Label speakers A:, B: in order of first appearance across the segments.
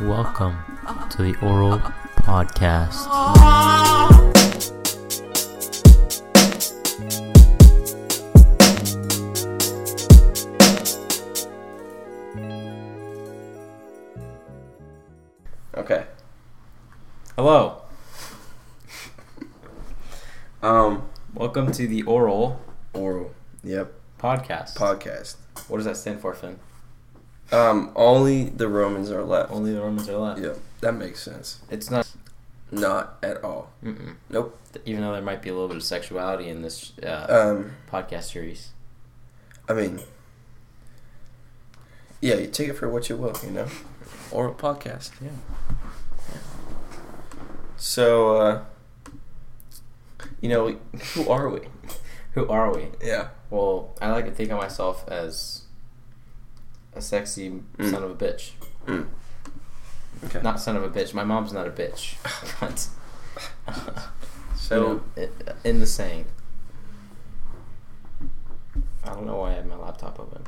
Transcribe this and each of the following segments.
A: Welcome to the Oral Podcast.
B: Okay.
C: Hello.
B: Um.
C: Welcome to the Oral
B: Oral. Yep.
C: Podcast.
B: Podcast.
C: what does that stand for, Finn?
B: Um. Only the Romans are left.
C: Only the Romans are left.
B: Yep. That makes sense.
C: It's not.
B: Not at all.
C: Mm-mm.
B: Nope.
C: Even though there might be a little bit of sexuality in this uh,
B: Um.
C: podcast series.
B: I mean. Yeah, you take it for what you will, you know. Oral podcast.
C: Yeah.
B: So, uh, you know, who are we?
C: Who are we?
B: Yeah.
C: Well, I like to think of myself as a sexy
B: Mm.
C: son of a bitch.
B: Mm. Okay.
C: Not son of a bitch. My mom's not a bitch. Cunt.
B: so,
C: You know, i- in the saying. I don't know why I have my laptop open.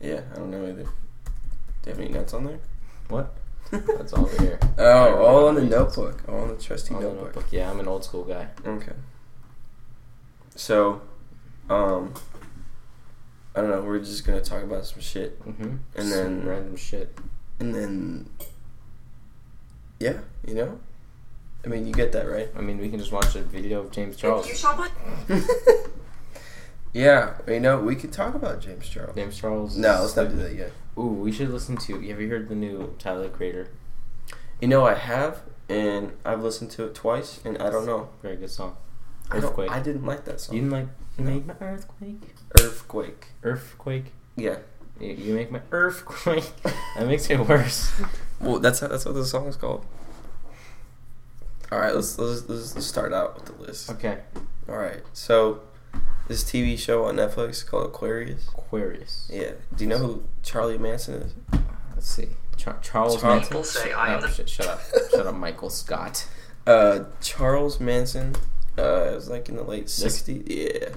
B: yeah, I don't know either. Do you have any notes on there?
C: What? That's all over here.
B: Oh, all on the
C: Everyone-
B: notebook. All on the trusty
C: On Oh, the
B: notebook.
C: notebook. Yeah, I'm an old school guy.
B: Okay. So, um, I don't know. We're just gonna talk about some shit,
C: Mm-hmm.
B: And then-
C: random shit.
B: and then, yeah, you know. I mean, you get that, right?
C: I mean, we can just watch a video of James Charles.
B: yeah, you know, we could talk about James Charles.
C: James Charles.
B: No,
C: is-
B: let's not do that yet.
C: Ooh, we should listen to. Have you heard the new Tyler the Creator?
B: You know, I have, and I've listened to it twice, and I don't know.
C: Very good song.
B: I, don't,
C: Earthquake.
B: I didn't like that
C: You
B: song.
C: didn't like you make my earthquake.
B: Earthquake. Er,
C: Earthquake.
B: Yeah.
C: You, you make my earthquake. that makes it worse.
B: Well, that's that's what the song is called. All right, let's let's let's let's start out with the list.
C: Okay.
B: All right, so this TV show on Netflix called Aquarius.
C: Aquarius.
B: Yeah, do you know who Charlie Manson is?
C: Let's see. Char- Charles
B: Charles-
C: Manson.
D: People say
C: Shut-
D: I am
C: oh,
D: the-
C: shit, shut up. shut up, Michael Scott.
B: Uh, Charles Manson. Uh, it was like in the late '60s. Yeah.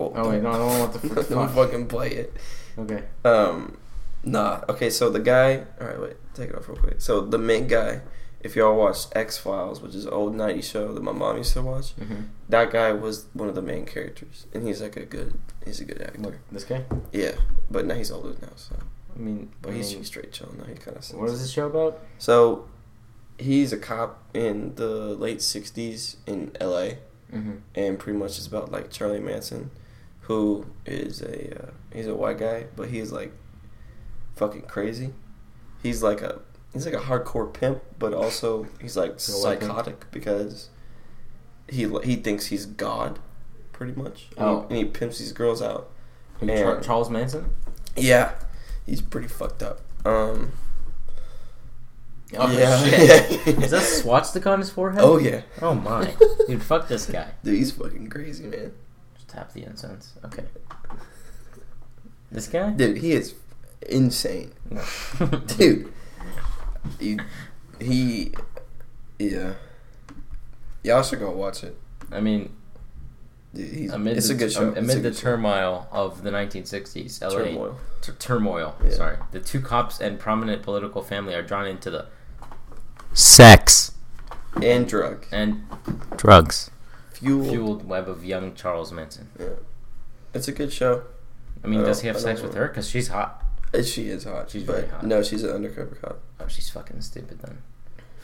C: Oh, wait, no, I don't want the fr-
B: don't
C: fuck.
B: fucking play it.
C: Okay.
B: Um, nah. Okay, so the guy. All right, wait. Take it off real quick. So the main guy. If y'all watched X Files, which is an old '90s show that my mom used to watch,
C: Mm-hmm.
B: that guy was one of the main characters, and he's like a good, he's a good actor.
C: Look, this guy.
B: Yeah, but now he's older now, so.
C: I mean,
B: But
C: I
B: he's
C: mean,
B: straight chill now. He kind of
C: What is this show about?
B: So, he's a cop in the late '60s in LA,
C: Mm-hmm.
B: and pretty much it's about like Charlie Manson, who is a uh, he's a white guy, but he's like fucking crazy. He's like a he's like a hardcore pimp, but also he's like
C: He's a white pimp?
B: psychotic because he he thinks he's God, pretty much. And
C: Oh.
B: he, and he pimps these girls out.
C: Who, Char-
B: And-
C: Charles Manson?
B: Yeah, he's pretty fucked up. Um.
C: Oh
B: Yeah.
C: shit! Is that swastika on his forehead?
B: Oh yeah.
C: Oh my! Dude, fuck this guy.
B: Dude, he's fucking crazy, man.
C: Just tap the incense. Okay. This guy.
B: Dude, he is insane. Dude, he, he, yeah. Y'all should go watch it.
C: I mean,
B: Dude, he's,
C: amid
B: it's
C: the,
B: a good show.
C: am-
B: It's a
C: amid the
B: good show.
C: turmoil of the 1960s, LA
B: turmoil.
C: Tur- turmoil.
B: Yeah.
C: Sorry, the two cops and prominent political family are drawn into the sex
B: and drug
C: and drugs
B: fuel.
C: fueled web of young Charles Manson.
B: Yeah. It's a good show.
C: I mean,
B: I
C: does
B: don't-
C: he have
B: Oh, I
C: sex
B: don't
C: with
B: know.
C: her? Cause she's hot.
B: Uh, She is hot.
C: She's
B: but
C: very hot.
B: No, she's an undercover cop.
C: Oh, she's fucking stupid then.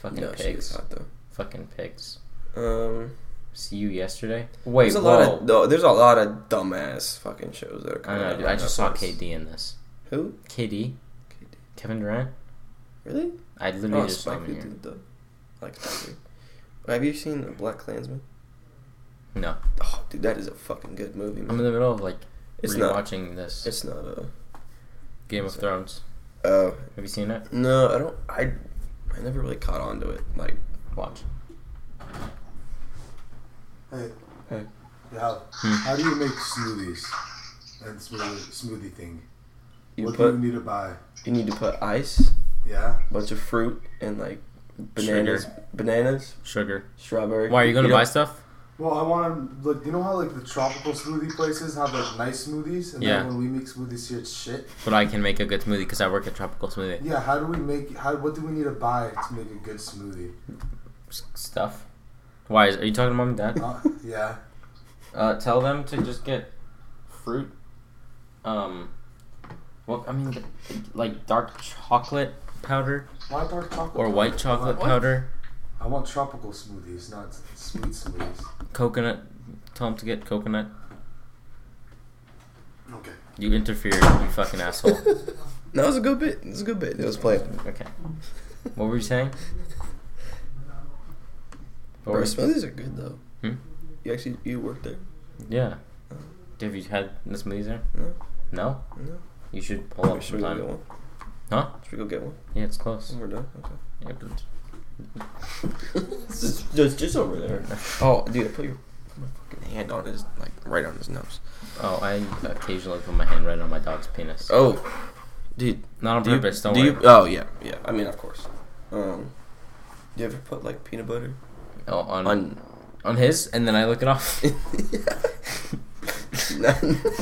C: Fucking
B: no, she is
C: pigs.
B: hot though.
C: Fucking pigs.
B: Um,
C: See you yesterday. Wait,
B: there's a
C: whoa.
B: lot of no, there's a lot of dumbass fucking shows that are
C: I
B: coming.
C: know,
B: out
C: dude.
B: on
C: I just saw
B: Netflix.
C: KD in this.
B: Who?
C: KD,
B: KD.
C: Kevin Durant.
B: Really?
C: I literally
B: Oh,
C: just saw him
B: Spike
C: in
B: Lee
C: here.
B: did the like. that dude. Have you seen Black Klansman?
C: No,
B: Oh, dude, that is a fucking good movie. Man.
C: I'm in the middle of like
B: It's not-
C: rewatching this
B: It's not a.
C: Game of Thrones.
B: Oh
C: Have you seen it?
B: no, I don't. I I never really caught on to it. Like
C: Watch.
E: Hey.
B: Hey.
E: Yeah.
C: Hmm.
E: How do you make smoothies? And smoothie, smoothie thing.
B: you
E: what
B: put
E: do you need to buy?
B: you need to put ice,
E: Yeah.
B: bunch of fruit, and like bananas, bananas,
C: Sugar.
B: strawberry.
C: Why are you gonna
B: don't-
C: buy stuff?
E: Well, I want to look. You know how like the tropical smoothie places have like nice smoothies, and
C: Yeah.
E: then when we make smoothies here, it's shit.
C: But I can make a good smoothie because I work at Tropical Smoothie.
E: Yeah, how do we make? How what do we need to buy to make a good smoothie?
C: S- Stuff. Why? Is, are you talking to mom and dad?
E: Uh, yeah,
C: Uh, tell them to just get fruit. Um, well, I mean, like dark chocolate powder
E: why dark chocolate
C: or white chocolate
E: What?
C: powder,
E: I want tropical smoothies, not sweet smoothies.
C: coconut. Tell them to get coconut.
E: Okay.
C: You interfered, you fucking asshole.
B: No, it was a good bit. It was a good bit. It was playing.
C: Okay. What were you saying? What
B: Bro,
C: were-
B: smoothies are good though.
C: Oh, Hmm?
B: You actually you work there?
C: yeah. Have you had the smoothies there?
B: No,
C: No.
B: no.
C: You should pull up
B: Should we go get
C: sometime.
B: one?
C: Huh?
B: Should we go get one?
C: Yeah, it's close.
B: When we're done. Okay.
C: Yeah, but-
B: It's just, just, just over there. Oh, dude, I put your my fucking hand on his like right on his nose.
C: Oh, I occasionally put my hand right on my dog's penis.
B: Oh, dude,
C: Not on
B: do you-
C: purpose. don't
B: do
C: worry.
B: you- oh yeah, yeah. I mean, of course. Um, do you ever put like peanut butter
C: oh, on, on
B: on?
C: his, and then I look it off.
B: yeah,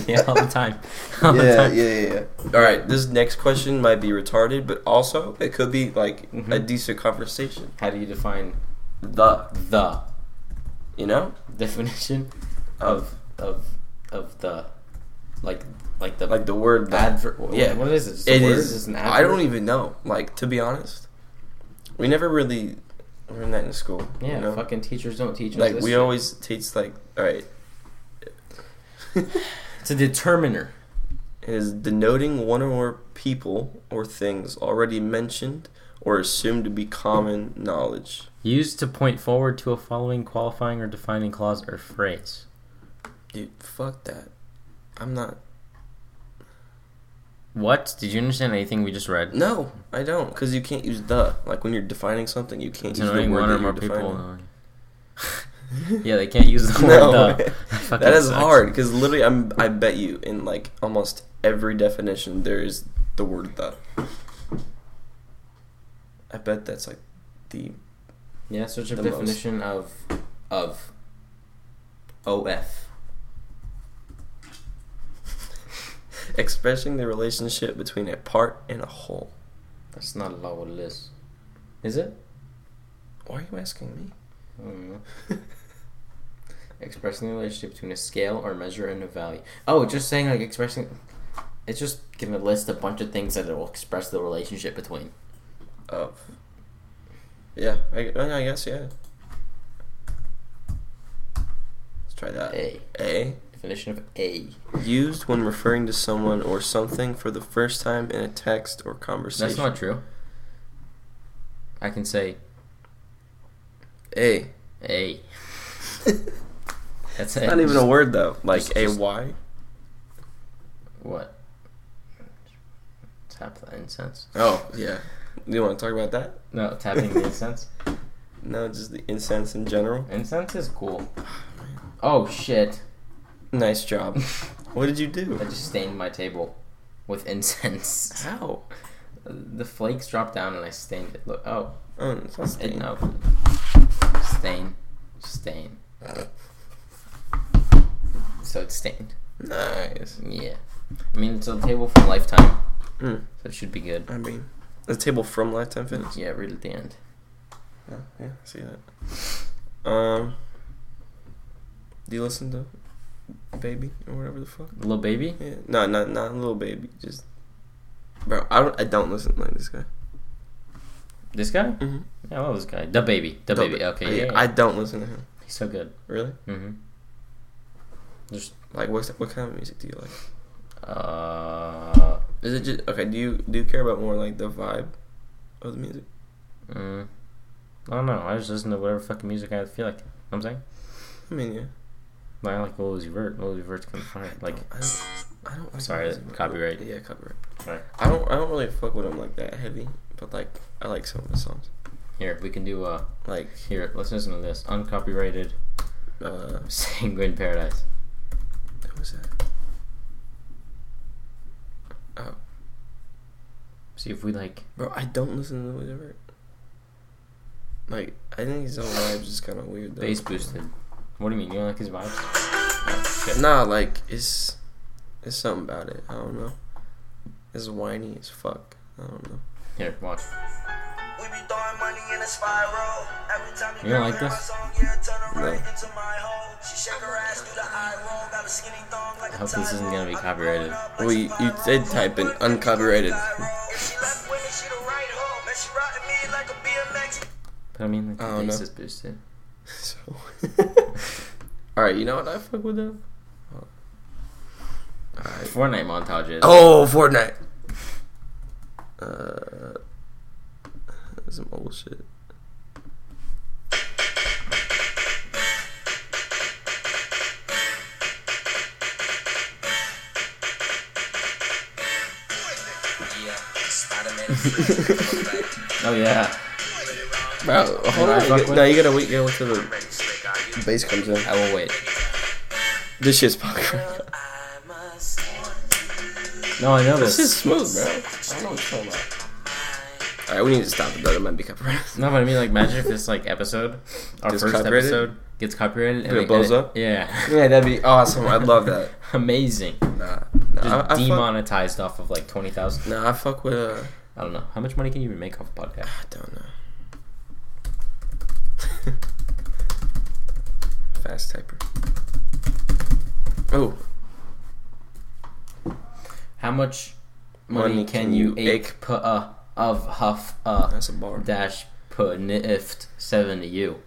C: yeah, all the time. All the
B: yeah, yeah,
C: time.
B: yeah. All right, this next question might be retarded, but also it could be like a
C: Mhm.
B: decent conversation.
C: How do you define
B: The,
C: the
B: you know,
C: definition of of of the like like the
B: like the word the.
C: adverb?
B: yeah.
C: what is this?
B: It
C: Word?
B: is.
C: It's an
B: I
C: adverb?
B: don't even know. Like to be honest, we never really learned that in school. you
C: Yeah,
B: know?
C: fucking teachers don't teach us.
B: like
C: this
B: we
C: shit.
B: always teach like all right.
C: It's a determiner.
B: is denoting one or more people or things already mentioned or assumed to be common knowledge.
C: Used to point forward to a following qualifying or defining clause or phrase.
B: Dude, fuck that. I'm not.
C: What? Did you understand anything we just read?
B: No, I don't. Because you can't use the. Like when you're defining something, you can't use the
C: Denoting
B: word
C: one or
B: that
C: more
B: you're
C: people.
B: defining.
C: yeah, they can't use the word
B: No,
C: the. fucking
B: that is
C: sucks.
B: hard. Because literally, I'm. I bet you in like almost every definition there is the word the. I bet that's like the
C: Yeah, search a
B: The most.
C: definition of of OF.
B: expressing the relationship between a part and a whole.
C: That's not allowed on this. Is it?
B: Why are you asking me?
C: I don't know. Mm-hmm. expressing the relationship between a scale or measure and a value. Oh, just saying like expressing. It's just gonna list a bunch of things that it will express the relationship between.
B: of. Yeah, I, I I guess yeah. Let's try that.
C: A
B: A
C: definition of A.
B: used when referring to someone or something for the first time in a text or conversation.
C: That's not true. I can say
B: A.
C: A. That's
B: Not even a word though. Like
C: Just-
B: a
C: just-
B: y.
C: What? Tap the incense.
B: Oh yeah. You want to talk about that?
C: No, tapping the incense.
B: No, just the incense in general.
C: Incense is cool. Oh shit!
B: Nice job. what did you
C: I
B: do?
C: just stained my table with incense.
B: How?
C: The flakes dropped down and I stained it. Look, oh,
B: Oh, it's not
C: it,
B: stain.
C: no, stain, stain. So it's stained.
B: Nice.
C: Yeah, I mean it's a table from Lifetime,
B: Mm.
C: so it should be good.
B: I mean, the table from Lifetime Fitness.
C: Yeah, read at the end.
B: Yeah, yeah, I see that. Um, do you listen to Baby or whatever the fuck?
C: Little baby.
B: Yeah, no, not not little baby. Just bro, I don't I don't listen like this guy.
C: This guy?
B: Mm-hmm.
C: Yeah, what was this guy? The baby. The baby. Okay. Yeah, yeah.
B: I don't listen to him.
C: He's so good.
B: Really?
C: Mm-hmm. Just
B: Like, what what kind of music do you like?
C: uh,
B: Is it just okay? Do you do you care about more like the vibe of the music?
C: mm, I don't know. I just listen to whatever fucking music I feel like. You know what I'm saying,
B: I mean, yeah.
C: like, I like Lil Uzi Vert. Lil Uzi Vert's kind of fire. Like,
B: I don't. I don't like
C: Sorry,
B: music, bro.
C: copyright.
B: Yeah, copyright.
C: Right.
B: I don't. I don't really fuck with him like that heavy, but like I like some of the songs.
C: here we can do. Uh,
B: Like
C: here, let's listen to this uncopyrighted
B: uh,
C: "Sanguine Paradise."
B: What was that? Oh,
C: See if we like.
B: bro, I don't listen to whatever. Like, I think his whole vibe's just kind of weird. Though.
C: Bass boosted. What do you mean? You don't like his vibes?
B: Nah, like it's it's something about it. I don't know. It's whiny as fuck. I don't know.
C: Here, watch.
D: We be throwing money in a spiral. Every time
C: You
D: you,
C: don't
D: ever
C: like
D: hear my
C: this?
D: song, yeah, turn her
B: No.
D: right into my hoe. She shake her ass through the eye roll. Got a skinny thong like
C: I
D: a
C: hope this
D: tie
C: isn't
D: roll.
C: gonna be
D: I be
C: copyrighted.
D: blowing up
B: Well,
D: like
B: you,
D: a
B: you
D: viral.
B: did type in uncopyrighted.
D: If she left with me, she the right hoe. Man, she rotting me like a BMX.
C: But I mean, like,
B: I don't
C: the bass
B: know.
C: is boosted.
B: So, all right, you know what I fuck with though. All right.
C: Fortnite montages.
B: Oh, Fortnite. Uh, that's some old shit.
C: Oh yeah.
B: Bro, hold
C: I
B: on.
C: fuck
B: You got,
C: with
B: no,
C: it?
B: you gotta wait. You gotta wait till the bass comes in.
C: I will wait.
B: This shit's fucking. right now.
C: No, I know
B: This
C: this.
B: is smooth, bro. I don't know what you're talking about. All right, we need to stop it though. That might be copyrighted.
C: No, but I mean, like, imagine if this like episode, our
B: Gets
C: first
B: copyrighted?
C: episode gets copyrighted and
B: It
C: they
B: blows
C: edit-
B: up?
C: Yeah,
B: Yeah, that'd be awesome. I'd love that.
C: amazing.
B: Nah, nah.
C: Just
B: I, I fuck,
C: demonetized off of like twenty thousand.
B: nah, I fuck with. Uh,
C: I don't know how much money can you even make off a podcast.
B: I don't know. Fast typer. Oh,
C: How much money,
B: Money
C: can you
B: ache-
C: ache pu- uh, of huff uh
B: that's a bar.
C: dash put nift seven to you?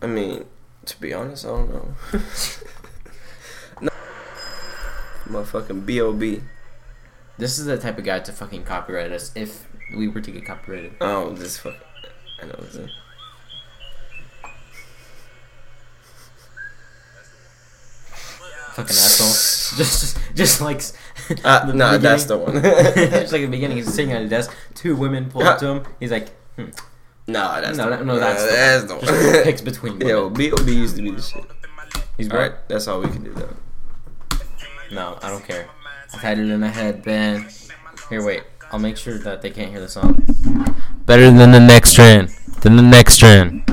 B: I mean, to be honest, I don't know. no. Motherfucking B.O.B.
C: This is the type of guy to fucking copyright us if we were to get copyrighted.
B: Oh, this fuck. I know this. is-
C: Fucking asshole. Just, just like s-
B: Ah,
C: the
B: nah, that's the
C: beginning.
B: one.
C: It's like the beginning. He's sitting at a desk. Two women pull up to him. He's like, hmm,
B: Nah, that's
C: no,
B: the
C: no,
B: one.
C: no,
B: Nah,
C: that's the
B: that's the
C: just
B: one.
C: picks between women.
B: Yo, B.O.B. used to be the shit.
C: He's
B: All right,
C: broke.
B: that's all we can do though.
C: No, I don't care. I've had it in my head, Ben. Here, wait. I'll make sure that they can't hear the song. Better than the next train. Than the next train.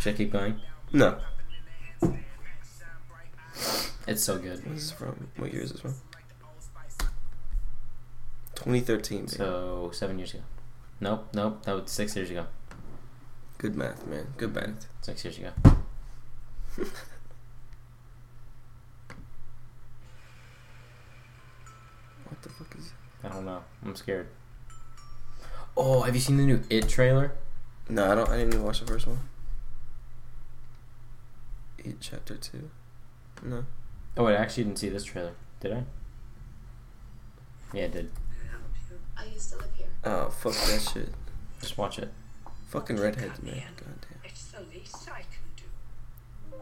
C: Should I keep going?
B: No.
C: It's so good.
B: This is from what year is this from? 2013. baby.
C: So seven years ago. Nope, nope. That was six years ago.
B: Good math, man. Good math.
C: Six years ago.
B: What the fuck is?
C: I don't know. I'm scared. Oh, have you seen the new It trailer?
B: No, I don't. I didn't even watch the first one. Eat chapter two. No.
C: Oh, wait, I actually didn't see this trailer. Did I? Yeah, I did.
F: I used to live here.
B: Oh fuck that shit.
C: Just watch it.
B: Fucking redheads, man. Goddamn.
F: It's the least I can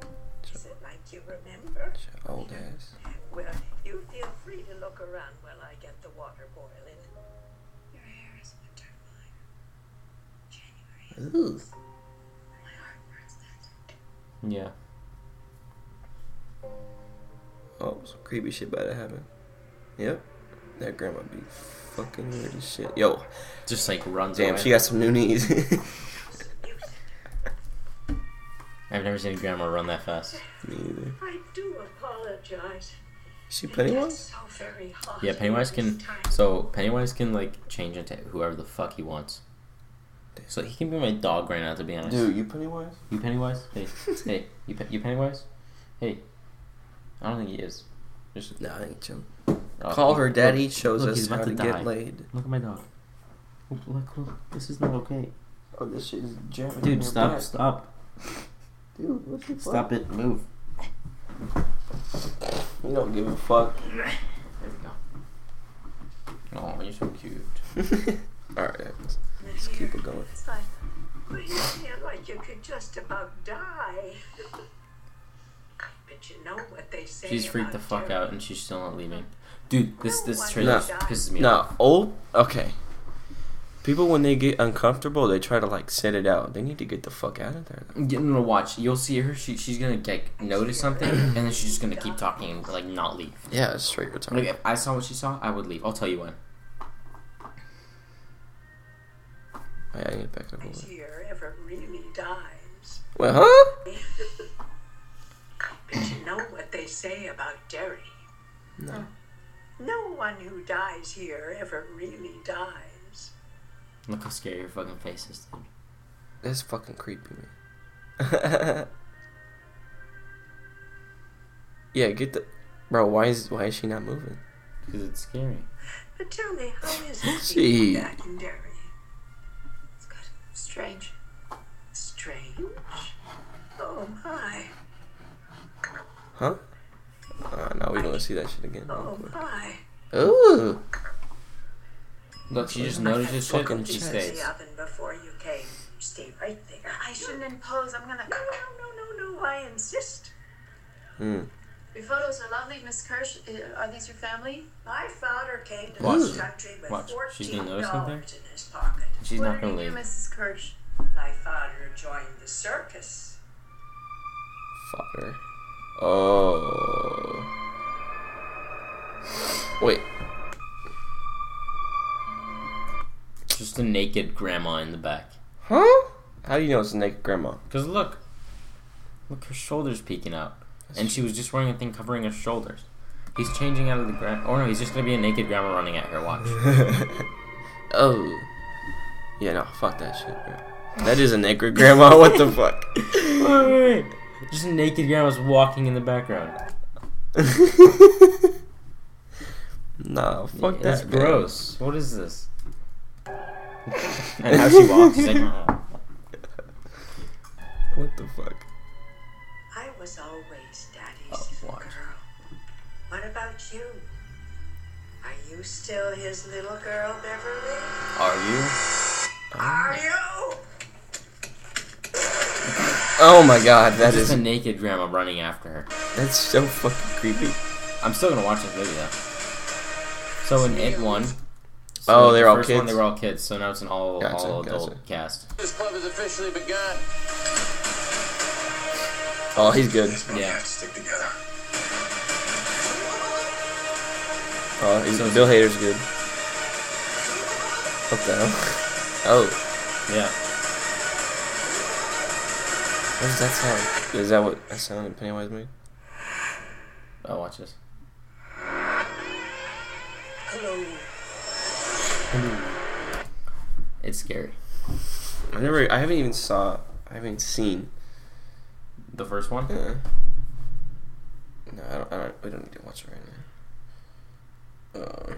F: do.
G: Is it like you remember?
B: Shit, Old ass.
G: Well, you feel free to look around while I get the water boiling.
F: Your hair is winter mine. January.
B: Ooh.
F: My heart burns that.
C: Yeah.
B: Oh, some creepy shit about to happen. Yep. That grandma be fucking weird as shit. Yo,
C: Just like runs
B: damn,
C: away.
B: she got some new knees.
C: I've never seen a grandma run that fast.
B: Me either.
G: I do apologize.
B: She
G: It
B: Pennywise?
G: gets so very hot.
C: Yeah, Pennywise can.
G: this time.
C: So Pennywise can like change into whoever the fuck he wants. So he can be my dog right now. To be honest,
B: Dude, you Pennywise?
C: you Pennywise? Hey, hey, you Pe- you Pennywise? Hey, I don't think he is. Just
B: Nah, I ain't chillin'.
C: oh,
B: Call
C: look,
B: her
C: look,
B: daddy shows
C: look,
B: us
C: he's about
B: how to,
C: to die.
B: get laid.
C: Look at my dog. Look, look, look. This is not okay.
B: Oh, this shit is jamming.
C: Dude, stop, stop,
B: Dude, what the
C: stop it. Move.
B: You don't give a fuck.
C: There we go. Oh, you're so cute.
B: Alright, let's keep it going.
G: It's like, well, you feel like you could just about die. but you know what they say.
C: She's freaked the
G: about
C: fuck
G: terror.
C: out, and she's still not leaving. Dude, this this trailer
B: No.
C: pisses me off.
B: Nah, old. Okay. People, when they get uncomfortable, they try to, like, sit it out. They need to get the fuck out of there.
C: Getting to watch, you'll see her. She, she's gonna like notice something, and then she's just gonna keep talking and like not leave.
B: Yeah, it's straight retarded.
C: Like if I saw what she saw, I would leave. I'll tell you when.
B: Oh, yeah, I need to back it up a little
G: Nobody here ever really dies.
B: Well, huh?
G: Did you know what they say about Derry?
C: No.
G: No one who dies here ever really dies.
C: Look how scary your fucking face is, dude.
B: That's fucking creepy, man. yeah, get the bro. Why is why is she not moving?
C: Because it's scary.
G: But tell me, how is it
B: Gee.
G: being back in Derry?
F: It's good. Strange.
G: Strange. Oh my.
B: Huh? Uh, no, we don't want to see that shit again.
G: Oh my.
B: Ooh,
C: Look, she just notices shit
B: Fucking
C: and she
B: chest.
G: In
C: stays.
G: the oven before you came. Stay right there.
F: I shouldn't impose. I'm gonna.
G: No, no, no, no, no. I insist.
B: Hmm.
F: Your photos are lovely, Miss Kirsch. Uh, Are these your family?
G: My father came to
C: Watch.
G: this country with
C: Watch. She's
G: fourteen
C: gonna notice
G: dollars in his pocket.
C: She's
F: what
C: not
F: are
C: gonna
F: you,
C: leave.
F: Mrs. Kirsch?
G: My father joined the circus.
B: fodder. Oh. Wait.
C: Just a naked grandma in the back.
B: Huh? How do you know it's a naked grandma?
C: Cause look, look, her shoulders peeking out, and she was just wearing a thing covering her shoulders. He's changing out of the ground. Oh no, he's just gonna be a naked grandma running at her. Watch.
B: oh. Yeah, no, fuck that shit, bro. That is a naked grandma. What the fuck?
C: Wait, wait, wait. Just a naked grandma's walking in the background.
B: nah, fuck that.
C: That's
B: man.
C: gross. What is this? and how she walks. She's like, "Oh."
B: What the fuck?
G: I was always daddy's
C: Oh,
G: little
C: watch.
G: girl. What about you? Are you still his little girl, Beverly?
C: Are you?
G: Are you?
B: Oh my god, that
C: Just a
B: is
C: naked grandma running after her.
B: that's so fucking creepy.
C: I'm still gonna watch this movie though. So in It One.
B: Oh,
C: the
B: they're all
C: first One,
B: kids?
C: they were all kids. So now it's an all
B: Gotcha,
C: all adult
B: gotcha.
C: cast.
D: This club has officially begun.
B: Oh, he's good.
C: Yeah.
D: Stick together.
B: Oh, he's, Bill Hader's good. What the hell? Oh,
C: Yeah.
B: what does that sound? Is that what that sound that Pennywise made?
C: Oh, watch this.
G: Hello.
C: Hmm. It's scary.
B: I never, I haven't even saw, I haven't even seen.
C: The first one?
B: Uh, no, I don't, I don't. We don't need to watch it right now. Uh,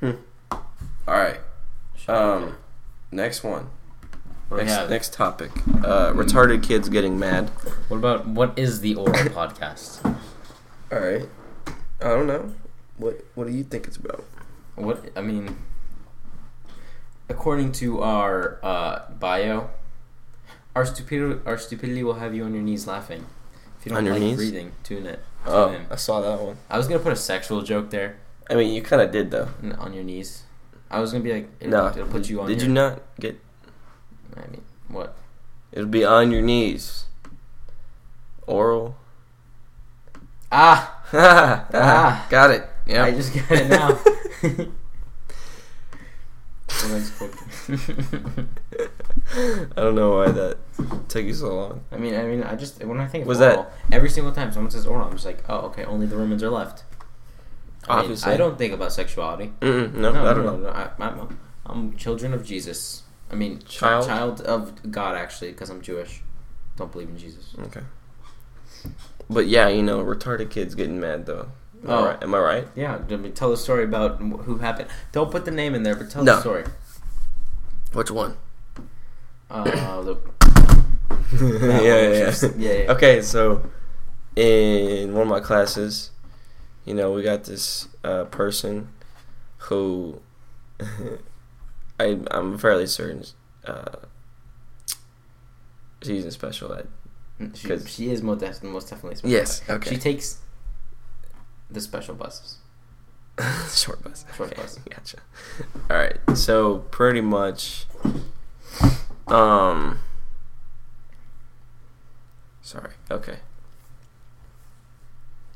B: hmm. All right.
C: Uh,
B: Um, next one.
C: What do we
B: Next,
C: have?
B: next topic. Uh, retarded kids getting mad.
C: What about what is the oral podcast?
B: All right. I don't know. What What do you think it's about?
C: What I mean, according to our uh, bio, our stupidity our stupidity will have you on your knees laughing. If you don't
B: On your
C: like
B: knees?
C: breathing, tune it. Tune
B: Oh,
C: in.
B: I saw that one.
C: I was gonna put a sexual joke there
B: I mean, you kind of did though.
C: n- on your knees. I was gonna be like, it'll,
B: No,
C: it'll put you on.
B: Did
C: your,
B: you not get?
C: I mean, what?
B: It'll be on your knees. Oral.
C: Ah,
B: ah, got it. Yeah.
C: I just got it now. Well, that's quick.
B: I don't know why that took you so long.
C: I mean, I mean, I just when I think of
B: Was
C: oral,
B: that-
C: every single time someone says oral, I'm just like, oh, okay, only the Romans are left. I mean,
B: Obviously.
C: I don't think about sexuality.
B: Mm-mm, no,
C: No,
B: I
C: no,
B: don't
C: no,
B: know.
C: no, I, I'm, I'm children of Jesus. I mean, ch-
B: Child?
C: child of God, actually, because I'm Jewish. Don't believe in Jesus.
B: Okay. But yeah, you know, retarded kids getting mad though. Am,
C: Oh.
B: I, right? Am I right?
C: Yeah, I mean, tell the story about wh- who happened. Don't put the name in there, but tell
B: No.
C: the story.
B: Which one?
C: Uh, the,
B: yeah,
C: one,
B: yeah,
C: which
B: yeah.
C: was- yeah, yeah.
B: Okay, so in one of my classes, you know, we got this uh, person who I, I'm fairly certain uh, she's in special ed.
C: she,
B: 'Cause-
C: she is most, def- most definitely. special.
B: Yes, okay.
C: She takes the special buses.
B: Short bus.
C: Short
B: Okay,
C: bus.
B: Gotcha. All right. So pretty much, um, sorry. Okay.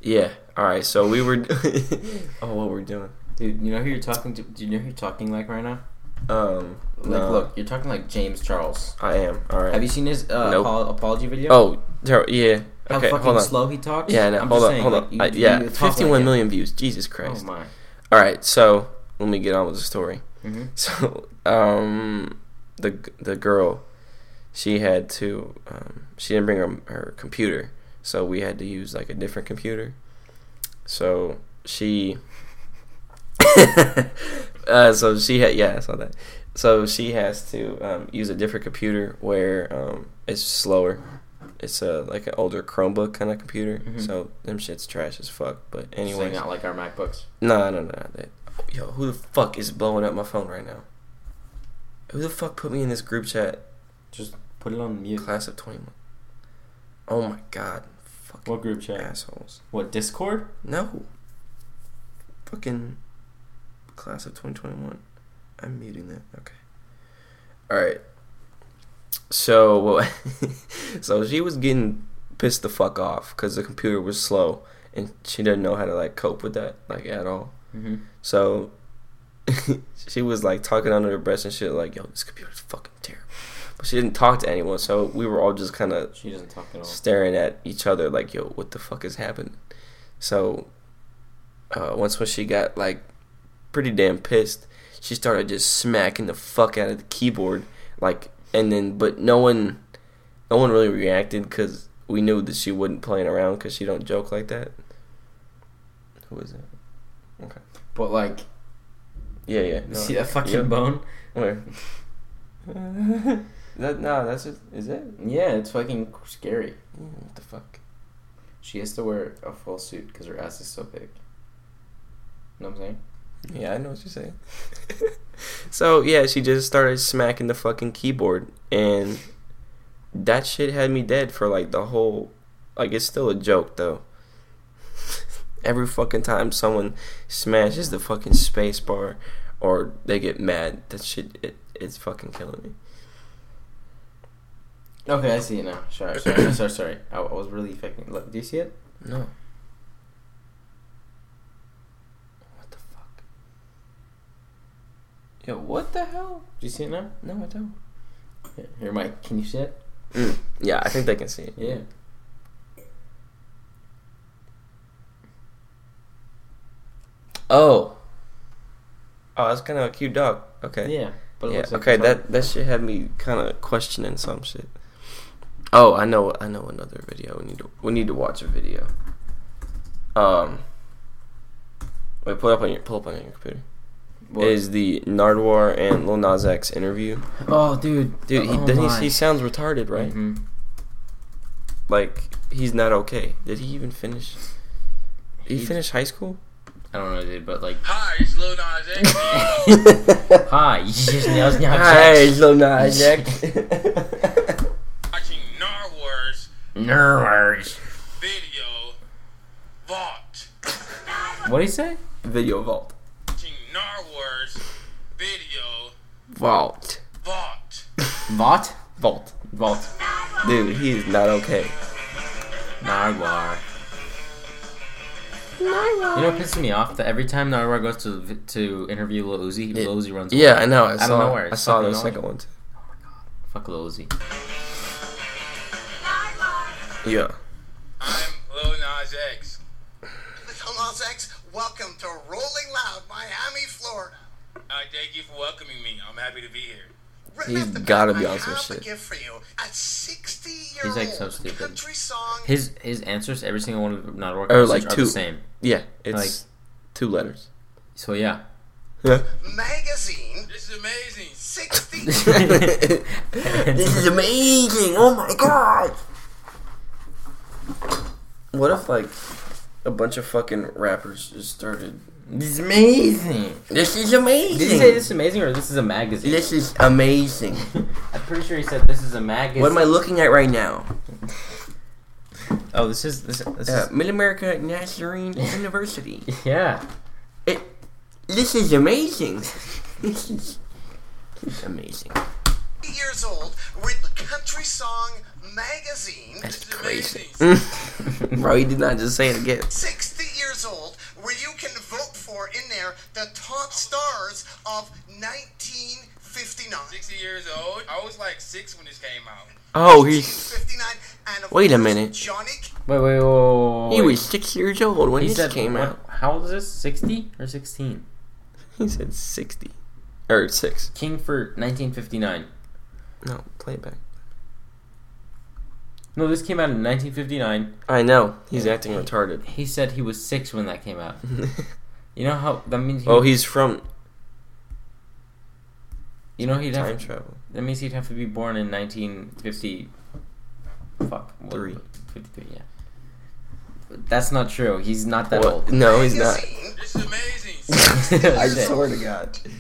B: Yeah. All right. So we were. oh, what we're doing?
C: Dude, you know who you're talking to? Do you know who you're talking like right now?
B: Um,
C: Like,
B: nah,
C: look, you're talking like James Charles.
B: I am. All right.
C: Have you seen his uh,
B: Nope.
C: apo- apology video?
B: Oh, Daryl, yeah.
C: how
B: okay,
C: fucking
B: hold on.
C: slow he talks.
B: Yeah, no,
C: I'm
B: hold
C: just
B: on,
C: saying,
B: hold
C: like,
B: on.
C: you-
B: I-
C: you
B: yeah,
C: talk like
B: fifty-one
C: him.
B: million views. Jesus Christ.
C: Oh my.
B: All right, so let me get on with the story.
C: Mhm.
B: So, um, the the girl, she had to, um, she didn't bring her her computer, so we had to use like a different computer. So she, uh, so she had yeah, I saw that. So she has to um, use a different computer where um, it's slower. It's a like an older Chromebook kind of computer,
C: Mhm.
B: so them shit's trash as fuck. But
C: Anyway,
B: anyway,
C: not like our MacBooks.
B: no, no, no. That, yo, who the fuck is blowing up my phone right now? Who the fuck put me in this group chat?
C: Just put it on mute.
B: Class of 21. Oh my god. Fucking
C: What group chat?
B: assholes.
C: What Discord?
B: No. Fucking class of 2021. I'm muting that. Okay. Alright. So, well, so she was getting pissed the fuck off because the computer was slow and she didn't know how to like cope with that like at all.
C: Mm-hmm.
B: So she was like talking under her breath and shit, like, yo, this computer's fucking terrible. But she didn't talk to anyone, so we were all just kind of
C: She doesn't talk at all.
B: staring at each other, like, yo, what the fuck is happening? So uh, once when she got like pretty damn pissed, she started just smacking the fuck out of the keyboard, like, and then but no one, no one really reacted because we knew that she wasn't playing around because she don't joke like that. Who is that?
C: But like,
B: Yeah, yeah.
C: you
B: no,
C: see that fucking
B: Yep.
C: bone?
B: Where? that no, that's just is it?
C: Yeah, it's fucking scary.
B: What the fuck?
C: She has to wear a full suit because her ass is so big. Know what I'm saying?
B: Yeah, I know what you're saying. so yeah, she just started smacking the fucking keyboard, and that shit had me dead for like the whole. Like it's still a joke though. Every fucking time someone smashes the fucking space bar, or they get mad, that shit it, it's fucking killing me.
C: Okay, I see it now. Sorry, sorry, sorry, sorry. I, I was really fucking. Look, do you see it?
B: No. What the fuck? Yo, what the hell?
C: Do you see it now?
B: No, I don't.
C: Here, here, Mike. Can you see it?
B: Yeah, I think they can see it.
C: Yeah.
B: Oh. Oh, that's kind of a cute dog. Okay.
C: Yeah. But
B: Yeah,
C: like
B: okay,
C: it's
B: that
C: on-
B: that shit had me kind of questioning some shit. Oh, I know, I know another video. We need to we need to watch a video. Um, wait, pull up on your pull up on your computer.
C: What?
B: Is the Nardwar and Lil Nas X interview?
C: Oh, dude,
B: Dude, he,
C: oh
B: doesn't
C: my.
B: he, he sounds retarded, right?
C: Mhm.
B: Like he's not okay. Did he even finish? Did he
C: He-
B: finish high school?
C: I don't know, dude, but like,
D: Hi, it's Lil Nas X.
C: hi, you just nails me
B: Hi, Lil Nas X.
D: Watching Narwar's
C: Nerds.
D: video vault.
C: What do you say?
B: Video vault.
D: Watching Narwar's video
B: Vault.
D: vault.
C: Vought?
B: Vault.
C: Vault.
B: Dude, he is not okay.
C: Narwar. You know what pisses me off? That every time Narwar goes to to interview Lil Uzi, Lil Uzi runs away.
B: Yeah, I know. I
C: Out of
B: saw.
C: nowhere,
B: I
C: it's
B: saw
C: fucking
B: the
C: annoying.
B: second one. Too.
C: Fuck Lil Uzi.
B: Yeah.
D: I'm Lil Nas X.
H: Little Nas X, welcome to Rolling Loud, Miami, Florida.
D: I thank you for welcoming me. I'm happy to be here.
H: Right
B: He's
H: off the
B: gotta
H: bat,
B: be
H: I
B: on some
H: have
B: shit.
H: A gift for you. At 60 year
C: He's,
H: old,
C: like, so stupid.
H: country song.
C: His his answers, to every single one of Narwar
B: Or
C: are
B: like
C: are
B: two.
C: the same.
B: Yeah. It's two letters.
C: So yeah.
H: magazine.
D: This is amazing.
H: 60.
B: this is amazing. Oh my god. What if like a bunch of fucking rappers just started?
C: This is
B: Hmm.
C: amazing.
B: This is amazing.
C: Did he say this is amazing or this is a magazine?
B: This is amazing.
C: I'm pretty sure he said this is a magazine.
B: What am I looking at right now?
C: Oh, this is this. this
B: Uh, Mid America Nazarene University.
C: is, yeah.
B: It, this is amazing. This is amazing.
H: years old with country song magazine.
B: That's
D: This is
B: crazy.
D: amazing.
B: Bro, he did not just say it again.
H: 60 years old, where you can vote for in there the top stars of 19
D: 59.
I: 60 years old. I was like six when this came out.
B: Oh, he's
D: 59 and of
B: Wait a
D: course,
B: minute.
D: Johnny
C: Wait, wait, wait, wait, wait.
B: he was six years old when
C: He
B: this
C: said,
B: came
C: what-
B: out.
C: How old is this? 60 or 16?
B: He said sixty or six.
C: King for 1959.
B: No, play it back.
C: No, this came out in 1959.
B: I know he's acting retarded.
C: He said he was six when that came out. You know how that means? He,
B: oh, he's from
C: You know he'd
B: time
C: have.
B: travel.
C: That means he'd have to be born in 1950. Fuck. what-
B: Three.
C: 53. Yeah. But that's not true. He's not that
B: What?
C: old.
B: No, he's not.
D: Magazine.
I: This is amazing.
B: I
C: Shit.
B: swear to God.
D: 59,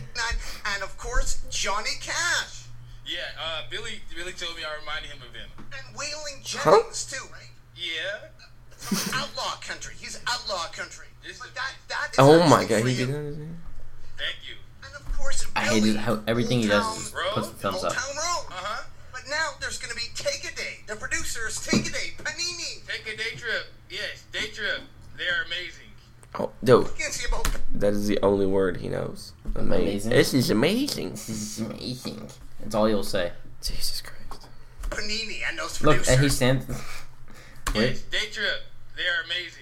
D: and of course, Johnny Cash.
I: yeah, uh, Billy Billy told me I reminded him of him.
D: And Waylon Jennings, too, right?
I: Yeah.
D: From outlaw country. He's outlaw country. But that, that is
B: Oh my
D: actually
B: God,
D: for
B: he
D: you.
B: did that. is it?
I: Thank you.
D: And of course,
C: I hate
D: Billy,
C: it how everything he
D: Old
C: does
D: Town
C: is
I: Road,
C: puts the thumbs
D: Old
C: up.
D: Town Road.
I: Uh huh.
D: But now there's going to be Take a Day. The producers, Take a Day, Panini.
I: Take a day trip. Yes, day trip. They are amazing.
B: Oh, dude,
D: You can see about
B: that is the only word he knows. Amazing.
C: Amazing.
B: This is amazing.
C: This is amazing. That's all you'll say.
B: Jesus Christ.
D: Panini and those
C: Look,
D: producers.
C: and he stands.
I: Yes, day trip. They are amazing.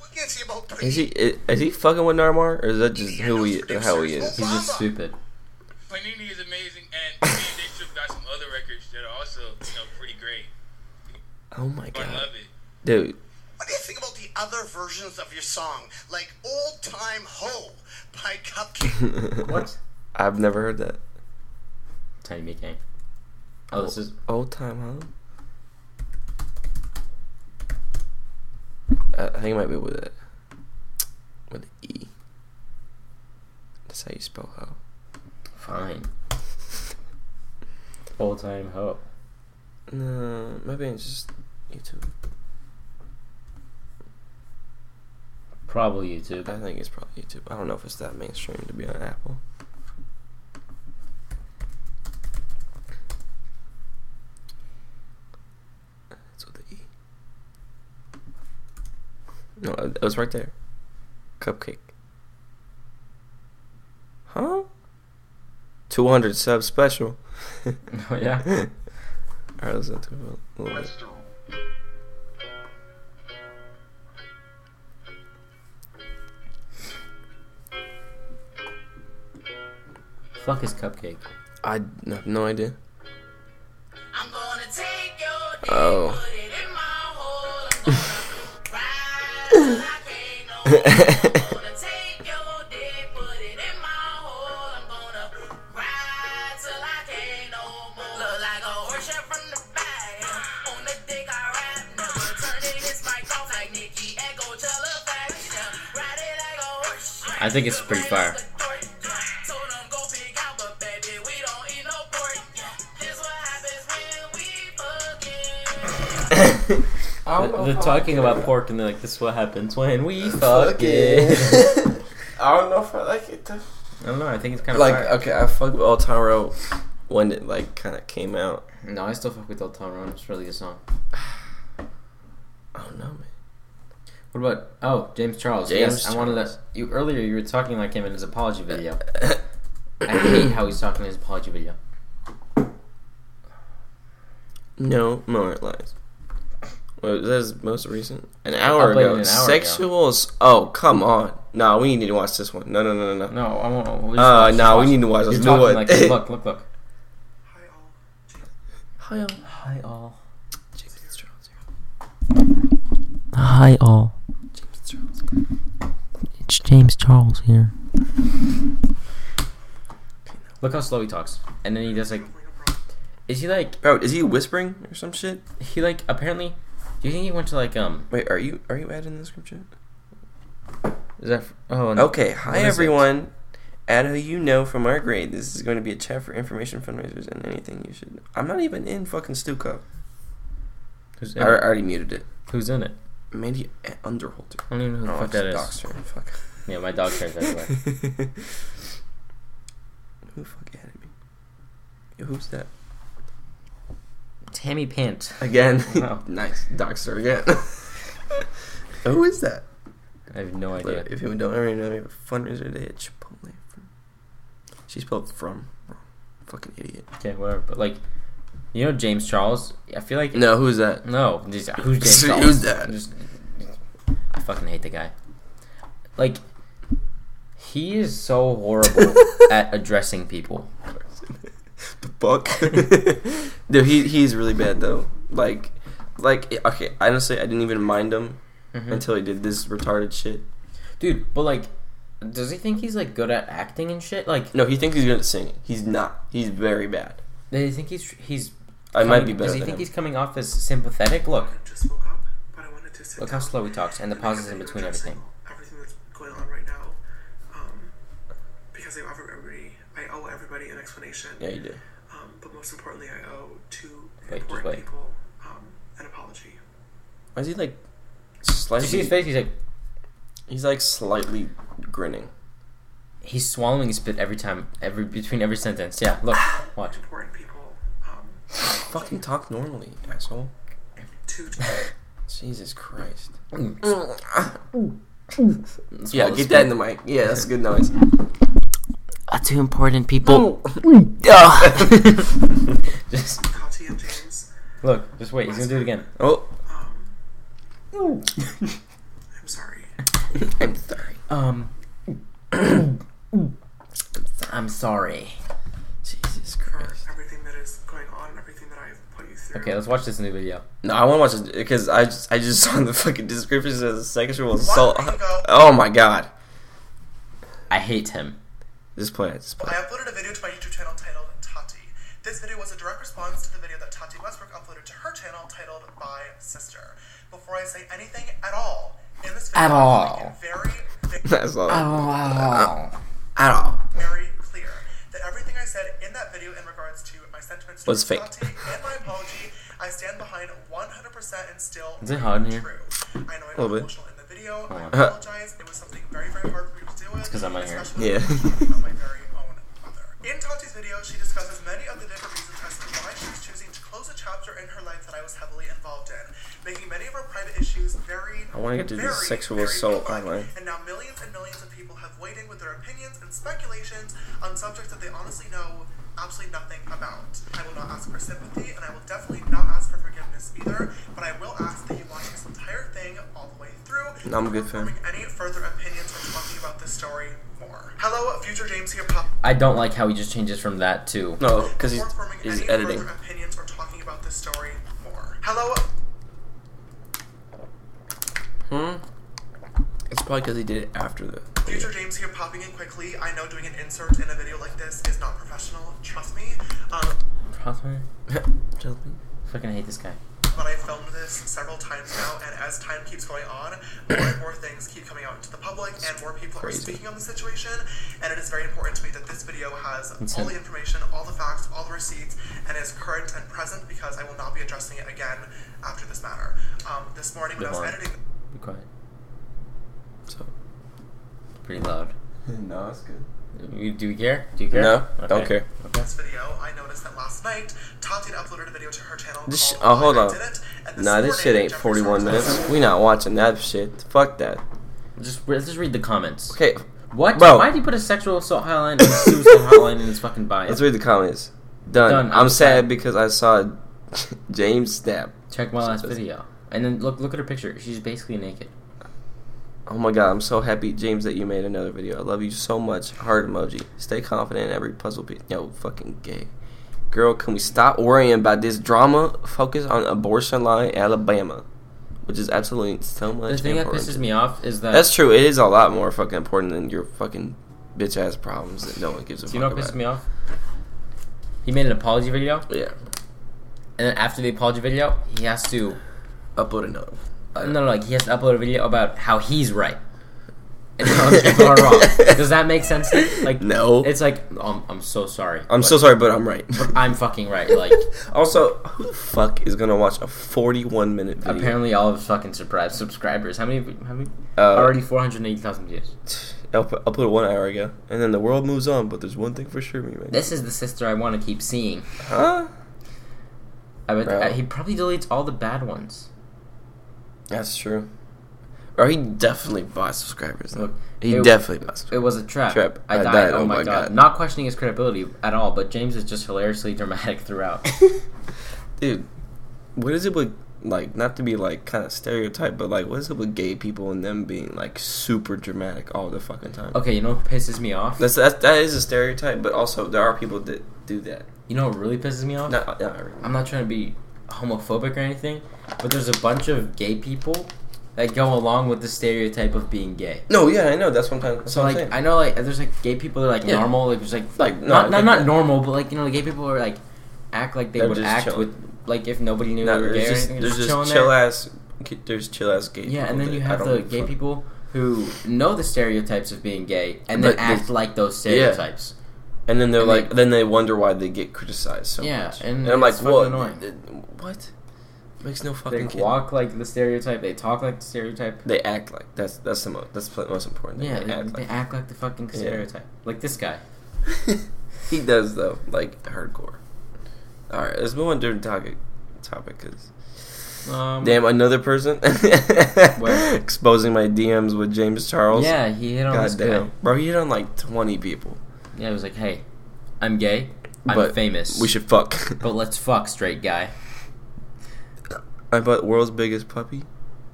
D: You can see about Panini.
B: Is he is, is he fucking with Narmar, or is that just who he how he is?
C: He's just stupid.
I: Panini is amazing, and me and Day Trip got some other records that are also, you know, pretty great.
B: Oh my
I: I
B: god,
I: love it.
B: dude.
D: What do you think about the other versions of your song, like Old Time Ho by Cupcake?
C: What?
B: I've never heard that.
C: Tiny Meat Gang. Oh, this is.
B: Old time, huh? Uh, I I think it might be with a with a E. That's how you spell hoe.
C: Fine. Old time hope.
B: No, maybe it's just YouTube.
C: Probably YouTube.
B: I think it's probably YouTube. I don't know if it's that mainstream to be on Apple. That's with the E. No, it it was right there. Cupcake. Huh? 200 sub special.
C: Oh, yeah.
B: Alright, let's listen to it a little bit.
C: Fuck his cupcake.
B: I have no idea.
H: I'm gonna take your dick,
B: Oh.
H: put it in my hole. I'm gonna ride till I can't no more. I'm gonna take your dick, put it in my hole. I'm gonna ride till I can't no more. Look like a horseshoe from the back. On the dick I rap, never turning this mic off like Nikki Echo Telefaction. Ride it like a horse.
C: I think it's pretty fire. They're talking about pork and they're like, this is what happens when we fuck it.
B: I don't know if I like it though.
C: I don't know, I think it's kind of
B: Like,
C: fire.
B: okay, I fucked with Old Town Road when it like kind of came out.
C: No, I still fuck with Old Town Road. It's a really good song.
B: I don't know, man.
C: What about oh James Charles? yes,
B: James
C: I wanted
B: Charles.
C: to. You earlier you were talking like him in his apology video. I hate how he's talking in his apology video.
B: No more lies. Well, that is most recent. An hour
C: I played
B: ago.
C: it an hour
B: Sexual. ass- Oh, come on. No, we need to watch this one. No, no, no, no, no.
C: No, I won't. we'll just
B: Uh,
C: watch-
B: no, we
C: watch-
B: need to watch this
C: You're
B: new
C: talking
B: one.
C: like look, look, look.
B: Hi all.
C: Hi all.
B: James Charles.
J: Hi, all.
B: James Charles.
J: It's James Charles here.
C: Look how slow he talks, and then he does like. Is he like
B: Bro, is he whispering or some shit?
C: he like apparently? Do you think he went to like um?
B: Wait, are you are you adding the description?
C: Is that f- oh no.
B: Okay, hi
C: is it?
B: everyone. Add who you know from our grade. This is going to be a chat for information, fundraisers, and anything you should. I'm not even in fucking Stuco.
C: Who's
B: I,
C: in,
B: I
C: it?
B: already muted it.
C: Who's in it?
B: Mandy Underholter.
C: I don't even know who the
B: Oh,
C: fuck
B: it's
C: that is.
B: Doc's turn. Fuck.
C: Yeah, my dog cares anyway.
B: Who the fuck added me? Yo, who's that?
C: Tammy Pant.
B: Again.
C: Wow.
B: nice. Doctor again. Who is that?
C: I have no idea.
B: If you don't already know, we have a fundraiser day at Chipotle. From, she spelled from. wrong. Fucking idiot.
C: Okay, whatever. But like, you know James Charles? I feel like
B: No, who's that?
C: no. Just, who's James
B: Who's
C: Charles?
B: that?
C: Just- I fucking hate the guy. Like, he is so horrible at addressing people.
B: the buck. Dude, he he's really bad though. Like, like okay, honestly, I didn't even mind him
C: Mhm.
B: until he did this retarded shit.
C: Dude, but like, does he think he's like good at acting and shit? Like,
B: No, he thinks he's gonna sing. He's not. He's very bad.
C: does he think he's he's?
B: I might
C: coming-
B: be better
C: Does he
B: than
C: think
B: him.
C: he's coming off as sympathetic? Look,
K: Just woke up, but I wanted to sit
C: look how
K: down
C: slow he talks and the pauses in
K: and
C: between
K: address
C: everything.
K: Everything that's going on right now, um, because I owe everybody, I owe everybody an explanation.
B: Yeah, you do.
K: Um, but most importantly, I owe two
C: Wait, just
K: important
C: wait.
K: people um, an apology.
B: Why is he like
C: Did you see his
B: slightly?
C: face? He's like
B: He's like slightly grinning.
C: he's swallowing his spit every time, every between every sentence. Yeah, look, watch.
K: Important people. Um,
B: Fucking talk normally, asshole.
K: two.
B: Jesus Christ.
C: Swallow
B: Yeah,
C: the
B: get
C: spit.
B: that in the mic. Yeah, that's a good noise.
A: Uh, two important people.
C: Just
K: Katya and James.
C: look, just wait. He's gonna do it again.
B: Oh,
K: Um, I'm sorry.
B: I'm sorry.
C: Um, I'm sorry.
B: Jesus
K: for
B: Christ.
K: everything that is going on and everything that I've put you through.
C: Okay, let's watch this new video.
B: No, I want to watch it because I just I just saw the fucking description says sexual assault.
H: One week ago-
B: Oh my god.
C: I hate him.
B: Just play it. Just play
H: I
B: it.
H: uploaded a video to my YouTube channel titled Tati. This video was a direct response to the video that Tati Westbrook uploaded to her channel titled By Sister. Before I say anything at all, in this video,
C: At all.
H: I make it very, very,
B: That's all.
C: Oh,
B: At all.
H: very clear that everything I said in that video in regards to my sentiments
B: Was
H: towards
B: fake.
H: Tati and my apology, I stand behind 100% and still
C: Is it hot in here?
H: true. I know I
B: Little
H: got
B: bit.
H: emotional in the video. I
C: on.
H: apologize. it was something very, very hard for me to do. It's
C: 'cause I'm out here.
B: Yeah.
H: about my very own mother. In Tati's video, she discusses many of the different reasons as to why she was choosing to close a chapter in her life that I was heavily involved in, making many of her private issues very.
B: I wanna get to the
H: very,
B: sexual
H: very
B: assault
H: public.
B: online.
H: And now millions and millions of people have weighed in with their opinions and speculations on subjects that they honestly know absolutely nothing about. I will not ask for sympathy, and I will definitely not ask for forgiveness either. But I will ask that you watch this entire thing all the way through.
B: No, I'm a good fan.
H: Confirming Any further opinions or talking about this story more? Hello, future James here. Pop-
C: I don't like how he just changes from that to
B: No, because he's
H: before forming
B: he's
H: any
B: editing.
H: further opinions or talking about this story more. Hello,
B: Hmm. It's probably because he did it after the.
H: future James here. Popping in quickly. I know doing an insert in a video like this is not professional. Trust me. Um,
C: Frostman?
B: Tell me.
C: Fucking hate this guy.
H: but I filmed this several times now, and as time keeps going on, more and more things keep coming out into the public, and more people
B: Crazy.
H: are speaking on the situation. And it is very important to me that this video has all
C: Consent.
H: the information, all the facts, all the receipts, and is current and present because I will not be addressing it again after this matter. Um, this morning when I was
C: Devon.
H: editing.
C: Be quiet.
B: So.
C: Pretty loud.
B: No, Oh, that's good.
C: You- Do we care? Do you care?
B: No, don't
C: Okay.
B: care.
H: this video, I noticed that last night Tati had uploaded a video to her channel.
B: This sh-
H: called
B: oh, hold
H: Why I
B: on.
H: Did It, and this
B: Nah, this
H: morning,
B: shit ain't
H: Jeffree
B: 41
H: Star's
B: minutes. We not watching that shit. Fuck that.
C: Just let's just read the comments.
B: Okay,
C: What?
B: Bro.
C: Why did he put a sexual assault hotline and a suicide hotline in his fucking bio?
B: let's read the comments. Done.
C: Done.
B: I'm
C: I'm
B: sad
C: sad.
B: because I saw James stab.
C: Check my last video. And then look look at her picture. She's basically naked.
B: Oh my god, I'm so happy, James, that you made another video. I love you so much. Heart emoji. Stay confident in every puzzle piece. Yo, fucking gay. Girl, can we stop worrying about this drama? Focus on abortion law in Alabama, which is absolutely so much
C: The thing that
B: important.
C: pisses me off is that
B: That's true. It is a lot more fucking important than your fucking bitch ass problems that no one gives
C: Do
B: a fuck
C: you know what
B: about.
C: pisses me off? He made an apology video, and
B: Yeah,
C: then after the apology video, he has to
B: upload another. one.
C: no, no, like he has to upload a video about how he's right and how other people are wrong. Does that make sense? Like
B: No,
C: It's like um, I'm so sorry.
B: I'm
C: but
B: so sorry, but I'm right.
C: I'm fucking right. Like
B: also, who the fuck is gonna watch a 41 minute video?
C: apparently all of his fucking surprise subscribers. How many? How many?
B: Uh,
C: already 480,000 views.
B: I'll put, I'll put it one hour ago, and then the world moves on. But there's one thing for sure, me man.
C: This is the sister I want to keep seeing.
B: huh?
C: I uh, bet
B: Bro.
C: he probably deletes all the bad ones.
B: That's true. Or he definitely bought subscribers. Look, he
C: It-
B: definitely bought.
C: It was a trap.
B: Trap.
C: I,
B: I
C: died.
B: died.
C: Oh, my god. Not questioning his credibility at all, but James is just hilariously dramatic throughout.
B: Dude, what is it with like not to be like kind of stereotype, but like what is it with gay people and them being like super dramatic all the fucking time?
C: okay, you know what pisses me off?
B: That's that that is a stereotype, but also there are people that do that.
C: You know what really pisses me off?
B: Not, not everyone.
C: I'm not trying to be homophobic or anything, but there's a bunch of gay people that go along with the stereotype of being gay.
B: No, yeah, I know. That's what I'm, that's
C: So
B: what
C: like
B: I'm saying.
C: I know like there's like gay people that are like
B: Yeah.
C: normal like there's like
B: Like,
C: like
B: no, I
C: not not,
B: get
C: not
B: that.
C: normal but like you know the gay people are like act like they
B: They're
C: would
B: just
C: act
B: chilling.
C: with like if nobody knew
B: No,
C: they were
B: there's
C: gay or
B: just,
C: anything
B: there's
C: just,
B: just
C: chilling
B: chill
C: there.
B: ass. There's chill ass gay.
C: yeah
B: people
C: and then
B: that
C: you
B: I
C: have
B: don't
C: the
B: give a
C: gay
B: fuck.
C: people who know the stereotypes of being gay and then
B: But they-
C: act like those
B: Yeah.
C: stereotypes.
B: and then they're
C: and they-
B: like, then they wonder why they get criticized so
C: Yeah,
B: much.
C: and
B: I'm like,
C: it's fucking
B: what?
C: annoying.
B: Th- What? Makes no
C: They
B: fucking. kid-
C: walk like the stereotype. They talk like the stereotype.
B: They act like that's that's the most that's the most important. Thing.
C: Yeah,
B: they,
C: they,
B: act
C: they
B: like.
C: act like the fucking
B: Yeah.
C: stereotype. Like this guy.
B: he does though, like hardcore. All right, let's move on to the topic. Topic because
C: Um,
B: damn, another person
C: Where?
B: exposing my DMs with James Charles.
C: Yeah, he hit on this
B: God
C: guy.
B: damn, bro, he hit on like twenty people.
C: Yeah, he was like, "Hey, I'm gay. I'm
B: But
C: famous.
B: We should fuck.
C: but let's fuck, straight guy."
B: I bought world's biggest puppy.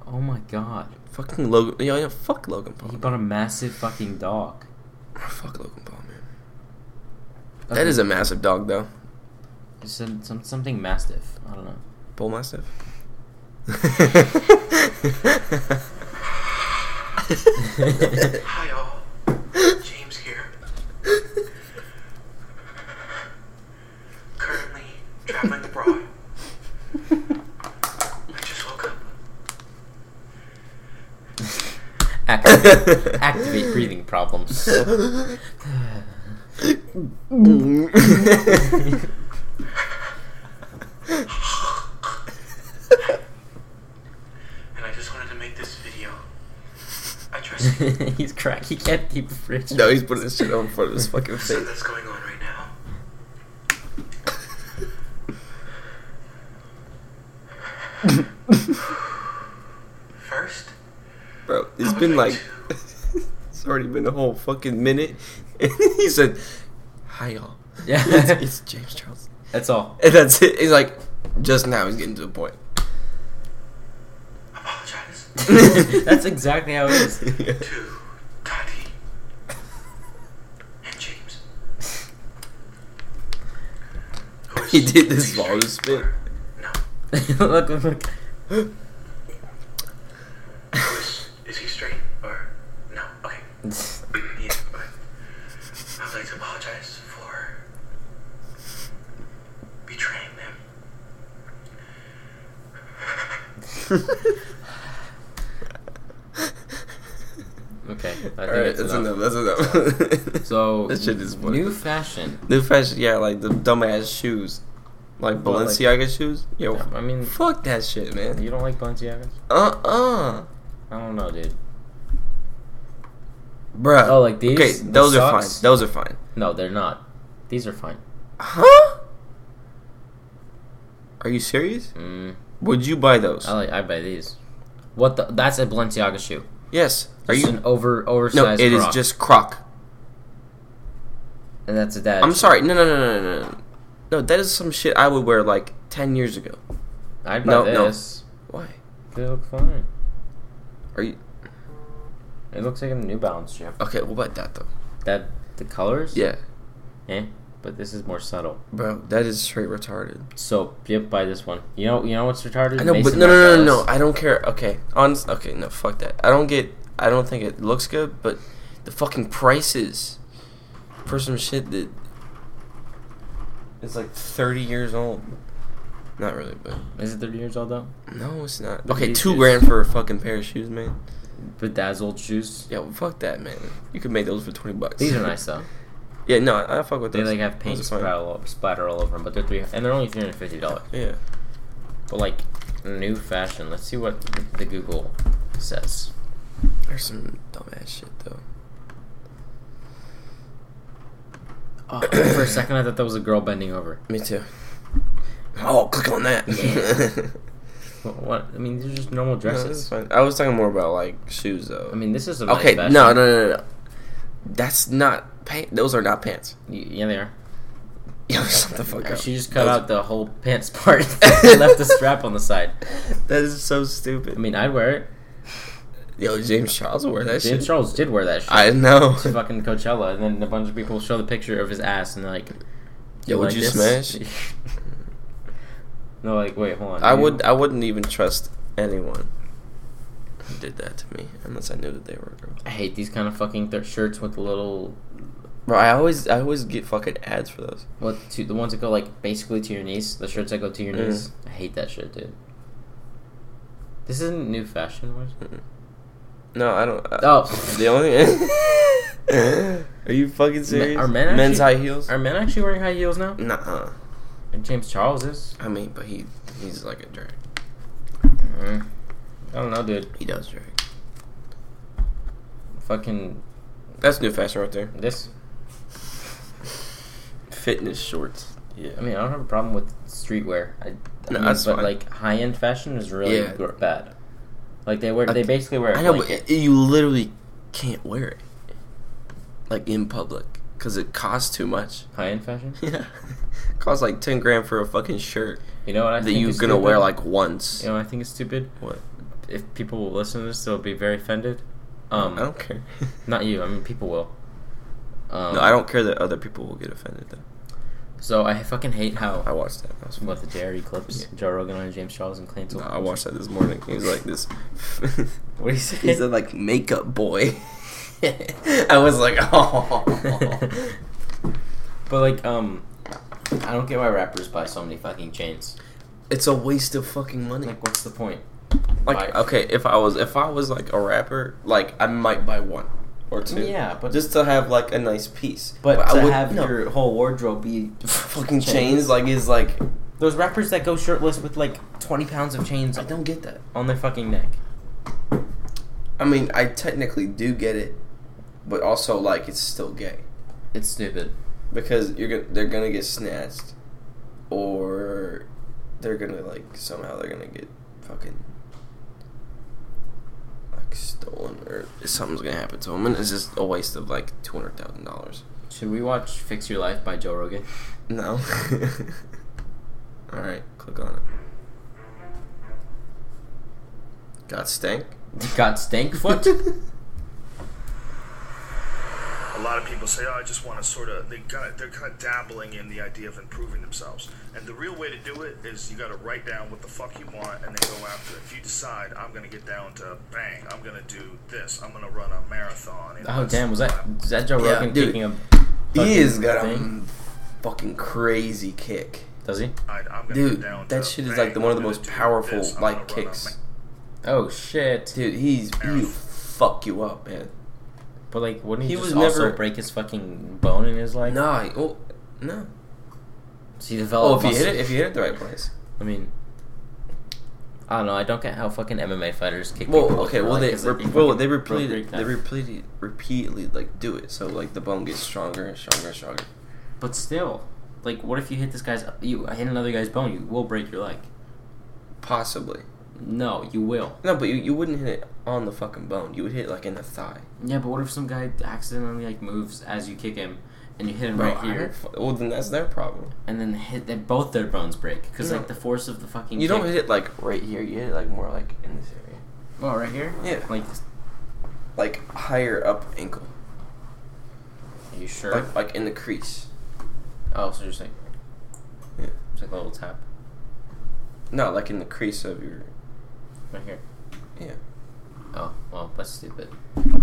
C: Oh my god,
B: Fucking Logan. Yeah, yeah. Fuck Logan Paul.
C: he bought a massive fucking dog.
B: Fuck Logan Paul, man.
C: Okay,
B: That is a massive dog, though.
C: it's some, some something mastiff. I don't know.
B: Bull mastiff.
K: Hi, y'all. James here. Currently traveling abroad. I just woke up.
C: Activate, activate breathing problems.
K: And I just wanted to make this video. I trust you.
C: He's crack. He can't keep rich.
B: no, he's putting his shit on in front of his fucking
K: Something
B: face.
K: that's going on right now. First,
B: Bro, it's been like. it's already been a whole fucking minute. And he said, Hi, y'all.
C: Yeah.
B: It's, it's James Charles.
C: That's all.
B: And that's it. He's like, just now he's getting to the point.
K: apologize
C: That's exactly how it is.
K: to Tati and James. who is
B: he did this
K: straight
B: ball spit.
K: or- No.
C: look, look, look.
K: Who is, is he straight or no? Okay. yeah, okay. I would like to apologize for betraying them.
C: Okay, I think
B: Alright,
C: that's
B: that's
C: enough.
B: enough. That's enough.
C: So
B: This shit is funny.
C: new fashion.
B: New fashion, yeah, like the dumbass shoes, like
C: But, like-
B: Balenciaga shoes. Yo,
C: I mean,
B: fuck that shit, man.
C: you don't like Balenciagas?
B: Uh uh
C: I don't know, dude.
B: bruh.
C: Oh, like these?
B: Okay,
C: The
B: those are fine.
C: socks?
B: Those are fine.
C: No, they're not. These are fine.
B: Huh? Are you serious?
C: Mm,
B: Would you buy those?
C: I like. I buy these. What the? That's a Balenciaga shoe.
B: yes. Are
C: It's
B: you?
C: an over
B: No,
C: oversized?
B: it is
C: Croc.
B: just Croc.
C: And that's a dad.
B: I'm
C: shoe.
B: sorry. No, no, no, no, no, no. No, that is some shit I would wear like ten years ago.
C: I'd buy
B: No, no.
C: this.
B: Why?
C: They look fine.
B: Are you
C: It looks like a New Balance shoe.
B: okay? What about that though?
C: That the colors?
B: Yeah,
C: Eh, but this is more subtle.
B: bro, that is straight retarded.
C: So yep, buy this one. You know, you know what's retarded?
B: I know, but
C: Mason
B: no, no, no, no, no.
C: Marcellus.
B: I don't care. Okay, honest. Okay, no, fuck that. I don't get. I don't think it looks good, but the fucking prices for some shit that it's like thirty years old. Not really, but
C: Is it thirty years old though?
B: no, it's not.
C: But
B: Okay,
C: these
B: two
C: is-
B: grand for a fucking pair of shoes, man.
C: Bedazzled shoes.
B: Yeah, well, fuck that, man. You could make those for twenty bucks.
C: These are nice though.
B: yeah, no, I I fuck with
C: They
B: those.
C: like have
B: Those
C: paint
B: are
C: splatter
B: fine.
C: all, splatter all over them, but they're three and they're only three hundred fifty dollars.
B: Yeah.
C: But like new fashion. Let's see what the Google says.
B: There's some dumbass shit though.
C: Oh, for a second, I thought that was a girl bending over.
B: Me too. Oh, click on that.
C: Well, what? I mean, these are just normal
B: No, this
C: dresses.
B: is fine. I was talking more about like shoes though.
C: I mean, this is a nice
B: okay, no,
C: fashion.
B: no, no, no, no. That's not pants. Those are not pants.
C: Y- Yeah, they are.
B: Yo, shut the fuck up.
C: She just cut
B: Those-
C: out the whole pants part and left the strap on the side.
B: That is so
C: I
B: stupid.
C: mean, I'd wear it.
B: Yo, James Charles wore that
C: James
B: shit.
C: Charles did wear that shit.
B: I know.
C: to fucking Coachella, and then a bunch of people show the picture of his ass and they're like,
B: Yo, would
C: like
B: you
C: this?"
B: smash?
C: no, like, wait, hold on.
B: I
C: you-
B: would. I wouldn't even trust anyone who did that to me unless I knew that they were a girl.
C: I hate these kind of fucking th- shirts with the little
B: Bro, I always, I always get fucking ads for those.
C: what to the ones that go like basically to your knees. The shirts that go to your
B: Mm.
C: knees. I hate that shit, dude. This isn't new fashion. What is it?
B: No, I don't. I,
C: Oh.
B: the only. are you fucking serious?
C: are men
B: Men's
C: actually-
B: high heels?
C: Are men actually wearing high heels now?
B: Nah.
C: And James Charles is.
B: I mean, but he, he's like a drag.
C: Mm. I don't know, dude.
B: He does drag.
C: Fucking
B: That's new fashion right there.
C: this.
B: Fitness shorts. Yeah.
C: I mean, I don't have a problem with streetwear. I, I
B: No,
C: mean,
B: that's
C: but
B: fine.
C: like high end fashion is really
B: Yeah.
C: gr- bad. Like they wear,
B: I-
C: they basically wear. A
B: I know, but
C: blanket.
B: it- you literally can't wear it, like in public, because it costs too much.
C: high end fashion.
B: Yeah, costs like ten grand for a fucking shirt
C: You know what I
B: that
C: think
B: you're
C: is
B: gonna
C: stupid?
B: wear like once.
C: You know, what I think it's stupid.
B: What?
C: If people will listen to this, they'll be very offended. Um,
B: I don't care.
C: Not you. I mean, people will. Um,
B: no, I don't care that other people will get offended. Though
C: So I fucking hate how
B: I watched that. That was
C: Oh. what the Jerry clips Joe Rogan and James Charles and Clayton.
B: No, I watched that this morning. He was like this.
C: What do you say?
B: He said like makeup boy. I was like, oh.
C: But like, um, I don't get why rappers buy so many fucking chains.
B: it's a waste of fucking money.
C: Like, what's the point?
B: Like
C: Buy-
B: okay, if I was if I was like a rapper, like I might buy one or two.
C: Yeah, but-
B: just to have like a nice piece.
C: But,
B: I
C: to
B: would-
C: have
B: no.
C: your whole wardrobe be
B: fucking chains, like is like
C: Those rappers that go shirtless with like twenty pounds of chains
B: I don't get that.
C: on their fucking neck.
B: I mean, I technically do get it, but also like it's still gay
C: It's stupid.
B: because you're gonna they're gonna get snatched, or they're gonna like somehow they're gonna get fucking like stolen or something's gonna happen to them, and it's just a waste of like two hundred thousand dollars.
C: Should we watch "Fix Your Life" by Joe Rogan?
B: No. All right, click on it. Got stank.
C: Got stank foot.
L: a lot of people say, "Oh, I just want to sort of." They got they're kind of dabbling in the idea of improving themselves, and the real way to do it is you got to write down what the fuck you want and then go after it. If you decide, I'm gonna get down to bang, I'm gonna do this, I'm gonna run a marathon. and
C: oh
L: let's-
C: damn! Was that is that Joe
B: Yeah,
C: Rogan
B: dude.
C: kicking a?
B: He has
C: fucking
B: got a
C: thing?
B: fucking crazy kick.
C: Does he?
L: I- I'm gonna
B: Dude,
L: get down
B: that
L: to
B: shit is
L: bang,
B: like the one of the
L: I'm
B: most
L: gonna do
B: powerful
L: this, I'm
B: like
L: gonna run a
B: kicks.
C: Oh shit!
B: Dude, he's he fuck you up, man.
C: But like, wouldn't he,
B: He
C: just
B: was
C: also
B: never-
C: break his fucking bone in his leg?
B: Nah, he- oh no.
C: So he
B: Oh,
C: developed.
B: if you hit
C: muscle-
B: it, if you hit it the right place.
C: I mean, I don't know. I don't get how fucking MMA fighters kick.
B: Well,
C: people
B: okay.
C: with their
B: Well,
C: leg
B: they
C: 'cause can
B: rep- well
C: fucking
B: they repeatedly
C: break that.
B: they repeatedly repeatedly like do it, so like the bone gets stronger and stronger and stronger.
C: But still, like, what if you hit this guy's? You hit another guy's bone, you will break your leg.
B: Possibly.
C: No, you will.
B: No, but you, you wouldn't hit it on the fucking bone. You would hit it like in the thigh.
C: Yeah, but what if some guy accidentally like moves as you kick him, and you hit him
B: Well,
C: right
B: I
C: here,
B: don't fu- Well, then that's their problem.
C: and then hit that both their bones break because
B: No.
C: like the force of the fucking.
B: You don't
C: kick-
B: hit it like right here. You hit it like more like in this area,
C: Well, right here.
B: Yeah.
C: Like,
B: like higher up ankle,
C: are you sure?
B: like like in the crease.
C: oh, so you're saying
B: Yeah.
C: it's like a little tap
B: No, like in the crease of your.
C: right here.
B: Yeah.
C: Oh, well, that's stupid.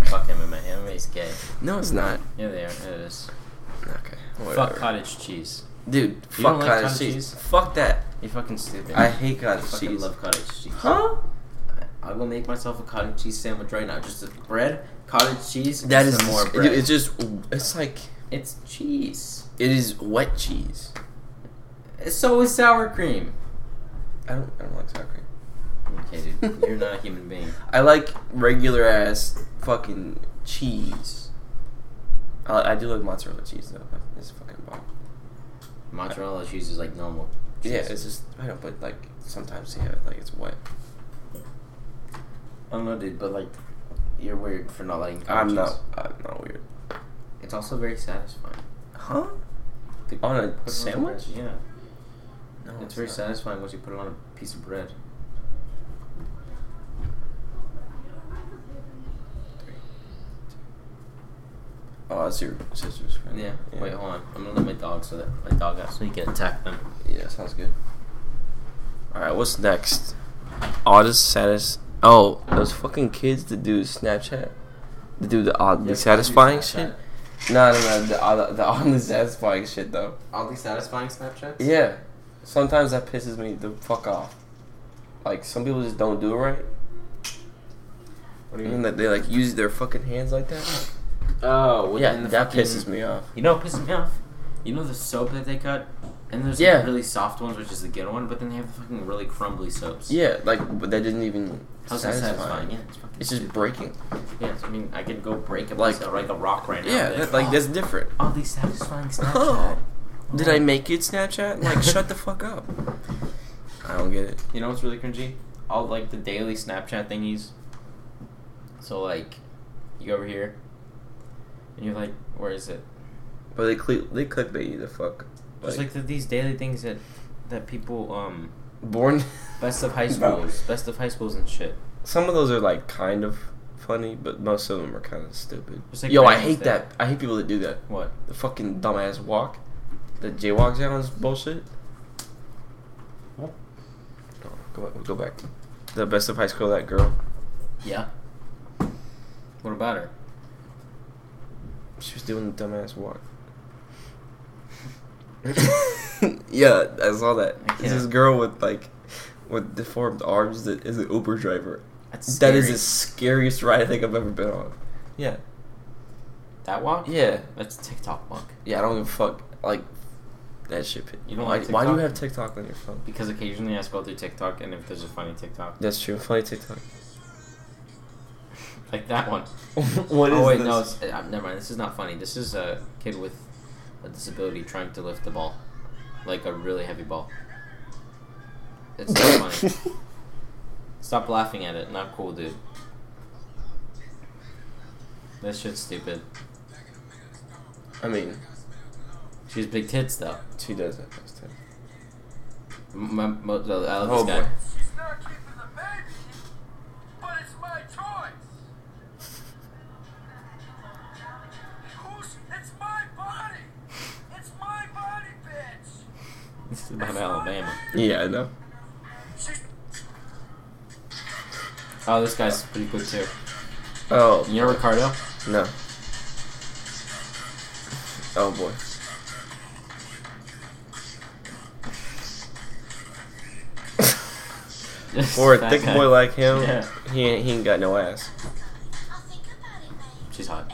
C: Fuck MMA. MMA's gay.
B: No, it's not.
C: Yeah, they are. It is.
B: Okay.
C: Fuck
B: whatever.
C: cottage cheese.
B: Dude,
C: You
B: fuck
C: don't like
B: cottage
C: cottage
B: cheese.
C: cheese?
B: Fuck that.
C: You fucking stupid.
B: I hate cottage
C: fucking
B: cheese.
C: love cottage cheese.
B: Huh?
C: I will make myself a cottage cheese sandwich right now. Just a bread, cottage cheese.
B: That
C: and
B: is
C: some more
B: dis-
C: bread.
B: It's just. It's like.
C: It's cheese.
B: It is wet cheese.
C: So is sour cream.
B: I don't. I don't like sour cream.
C: Okay, dude, you're not a human being.
B: I like regular ass fucking cheese. I, I do like mozzarella cheese though. but It's fucking bomb.
C: Mozzarella cheese is like normal
B: Yeah, it's just I don't. But like sometimes, yeah, like it's wet.
C: I don't know, dude, but like, you're weird for not liking. couches.
B: I'm not. I'm not weird.
C: It's also very satisfying.
B: Huh?
C: The-
B: On a
C: put it bread,
B: sandwich?
C: yeah.
B: No,
C: it's,
B: it's
C: very
B: not.
C: satisfying once you put it on a piece of bread.
B: Oh, that's your sister's friend.
C: Yeah. Wait, hold on. I'm gonna let my dog so that my dog out so you can attack them.
B: Yeah, sounds good. All right, what's next? Oddest, saddest. Oh, those fucking kids that do Snapchat, that do the oddly
C: Yeah,
B: satisfying
C: Snapchat.
B: shit. No, no, no, the, odd, the oddly satisfying shit though.
C: Oddly satisfying Snapchat.
B: Yeah, sometimes that pisses me the fuck off. Like some people just don't do it right,
C: What do you
B: and
C: mean?
B: that they like use their fucking hands like that.
C: Oh,
B: yeah,
C: within the
B: that
C: fucking-
B: pisses me off.
C: You know what pisses me off? You know the soap that they cut? And there's
B: Yeah.
C: like really soft ones, which is the good one, but then they have the fucking really crumbly soaps.
B: Yeah, like but that didn't even
C: How's that
B: satisfy.
C: satisfying? Yeah, it's fucking
B: It's just breaking.
C: Yeah, I mean, I could go break a
B: Like-
C: like, like a rock right now.
B: Yeah,
C: and
B: that,
C: then-
B: like that's different.
C: Oh, these satisfying
B: Oh.
C: Snapchat.
B: Did I make it Snapchat? Like, shut the fuck up. I don't get it.
C: You know what's really cringy? All like the daily Snapchat thingies. So like, you go over here, and you're like, where is it?
B: But they click, they clickbait you the fuck.
C: Just like the, these daily things that that people um
B: born.
C: best of high
B: Bro.
C: schools, best of high schools and shit.
B: Some of those are like kind of funny, but most of them are kind of stupid.
C: Just like
B: Yo, I
C: random
B: hate
C: stuff.
B: that. I hate people that do that.
C: What?
B: The fucking dumbass walk, the jaywalk challenge bullshit.
C: What?
B: Oh, go back, go back. The best of high school. That girl,
C: Yeah. What about her?
B: she was doing the dumbass walk. yeah, I saw that.
C: I
B: It's this
C: can't.
B: girl with like, with deformed arms that is an Uber driver.
C: That's
B: That is
C: scary.
B: the scariest ride I think I've ever been on. Yeah.
C: that walk.
B: Yeah.
C: That's a TikTok walk.
B: Yeah, I don't give a fuck. Like, that shit. pit-
C: You don't
B: why,
C: like
B: why do you
C: TikTok?
B: have TikTok on your phone?
C: Because occasionally I scroll through TikTok, and if there's a funny TikTok,
B: That's true. Funny TikTok.
C: like that one.
B: What
C: oh
B: is
C: wait,
B: this?
C: no, it's, uh, never mind. This is not funny. This is a kid with a disability trying to lift the ball, like a really heavy ball. It's not funny. Stop laughing at it. Not cool, dude. This shit's stupid.
B: I mean,
C: She's big tits though.
B: she does that next time.
C: M- my- mo- I love
B: Oh,
C: this guy.
B: boy.
D: She's not keeping the baby, but it's my choice. Who's? It's my body. It's my body, bitch.
C: This is about Alabama.
B: Yeah, I know.
D: She's
C: Oh, this guy's pretty good too.
B: Oh
C: You know Ricardo?
B: no. Oh boy. For a
C: Fat
B: thick
C: guy.
B: boy like him,
C: Yeah.
B: he ain't, he ain't got no ass.
C: She's hot.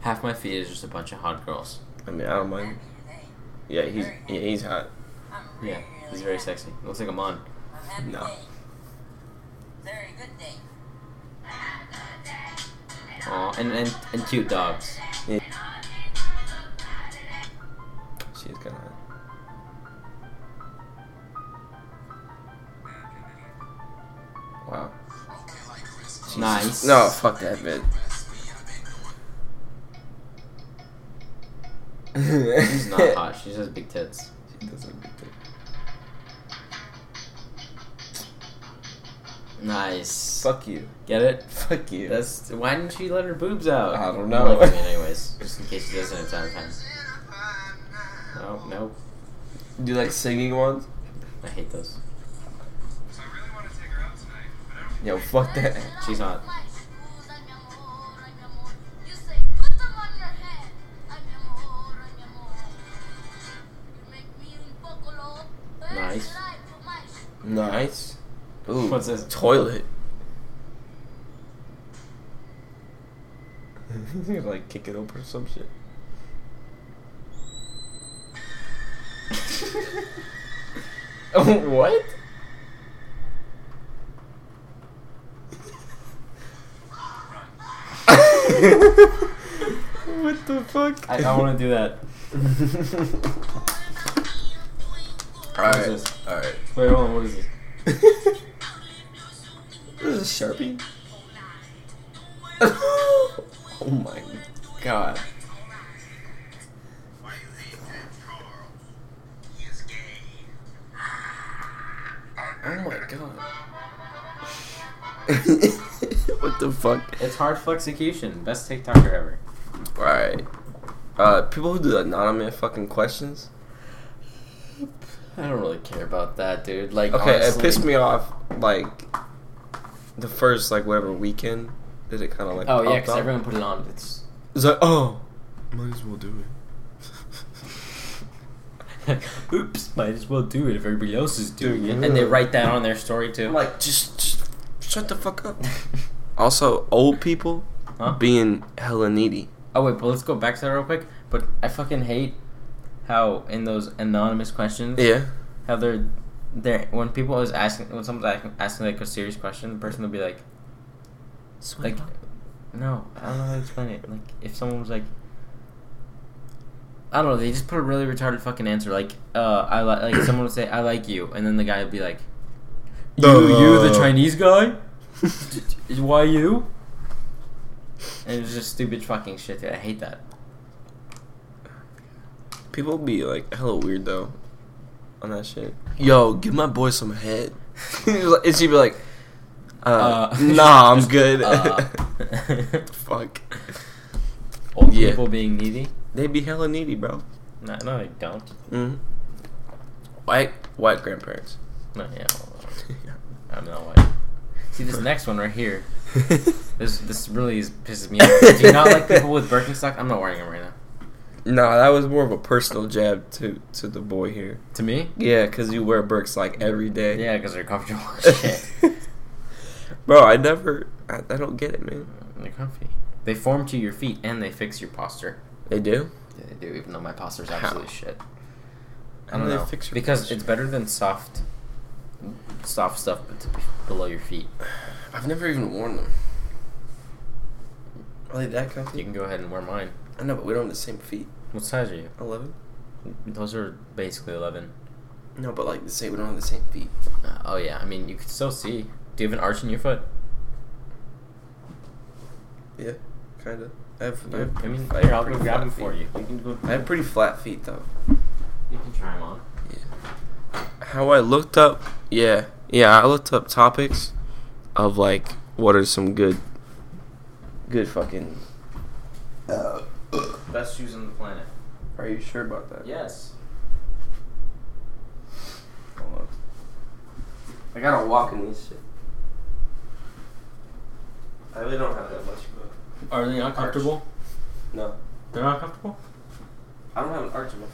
C: Half my feed is just a bunch of hot girls.
B: I mean, I don't mind. Yeah, he's yeah, he's hot.
C: Yeah, he's very sexy. Looks like a mon.
B: No.
D: very good day.
C: Aw, and, and and cute dogs.
B: Yeah. She's kind of hot. Wow.
C: Nice.
B: No, fuck that man.
C: She's not hot. She just has big tits.
B: She doesn't get it.
C: Nice.
B: Fuck you.
C: Get it?
B: Fuck you.
C: That's why didn't she let her boobs out?
B: I don't
C: I'm
B: know.
C: looking at it anyways, just in case she doesn't have time. time. Oh nope.
B: Do you like singing ones?
C: I hate those.
B: Yo, fuck that.
C: She's hot. Nice.
B: Nice. Ooh.
C: What's this?
B: Toilet. you like kick it open or some shit. what? what the the fuck?
C: I, I want to do that.
B: Alright. Alright.
C: Wait, hold on. What is this?
B: This is a Sharpie? oh my god. Oh my god. what the fuck?
C: It's hard execution. Best TikToker ever.
B: Alright. Uh, people who do the anonymous fucking questions.
C: I don't really care about that, dude. Like,
B: Okay,
C: honestly,
B: it pissed me off, like, the first, like, whatever weekend that it kind of, like,
C: Oh yeah,
B: popped
C: because
B: up.
C: everyone put it on. It's
B: It's like, oh, might as well do
C: oops, might as well do it if everybody else is doing it, and they write that on their story too.
B: it. Like, just, just shut the fuck up. also, old people being hella needy.
C: Oh wait, but let's go back to that real quick. But I fucking hate how in those anonymous questions,
B: Yeah.
C: how they're there when people is asking when someone's asking, asking like a serious question, the person will be like, like, no, I don't know how to explain it. Like if someone was like. I don't know. They just put a really retarded fucking answer. Like, uh, I li- like someone would say, "I like you," and then the guy would be like, "You, you, the
B: Uh.
C: Chinese guy? Why you?" And it's just stupid fucking shit. Dude. I hate that.
B: People be like hella weird though on that shit. Yo, give my boy some head. and she'd be like, uh,
C: Uh,
B: nah, I'm good.
C: uh.
B: Fuck.
C: Old
B: Yeah.
C: people being needy?
B: They be hella needy, bro.
C: No, no, they don't.
B: Mm. White, white grandparents.
C: No, yeah, I'm not white. See this next one right here. This this really is, pisses me off. Do you not like people with Birkenstock? I'm not wearing them right now.
B: nah, that was more of a personal jab to to the boy here.
C: To me?
B: Yeah, cause you wear Birks like every day.
C: Yeah, because they're comfortable. as Shit,
B: Bro, I never. I, I don't get it, man.
C: they're comfy. They form to your feet and they fix your posture.
B: They do.
C: Yeah, they do. Even though my posture is
B: How?
C: absolute shit. I
B: How
C: don't
B: do they
C: know
B: fix your
C: because
B: posture?
C: it's better than soft, soft stuff to be below your feet.
B: I've never even worn them. Are they that comfy?
C: You can go ahead and wear mine.
B: I know, but we don't have the same feet.
C: What size are you?
B: Eleven.
C: Those are basically eleven.
B: No, but like the same. We don't have the same feet.
C: Uh, oh yeah, I mean you can still see. Do you have an arch in your foot?
B: Yeah, kind of. I have. I,
C: I
B: have
C: mean,
B: I have
C: here I'll go
B: pretty
C: grab
B: flat
C: them for
B: feet.
C: you. You can go.
B: I have pretty flat feet though.
C: You can try them on.
B: How I looked up. Yeah, yeah. I looked up topics of like what are some good, good fucking.
C: Best shoes on the planet.
B: Are you sure about that?
C: Yes.
B: Hold on. I gotta walk in this shit. I really don't have that much, but
C: Are they not
B: comfortable? no,
C: They're not comfortable.
B: I don't have an arch in my.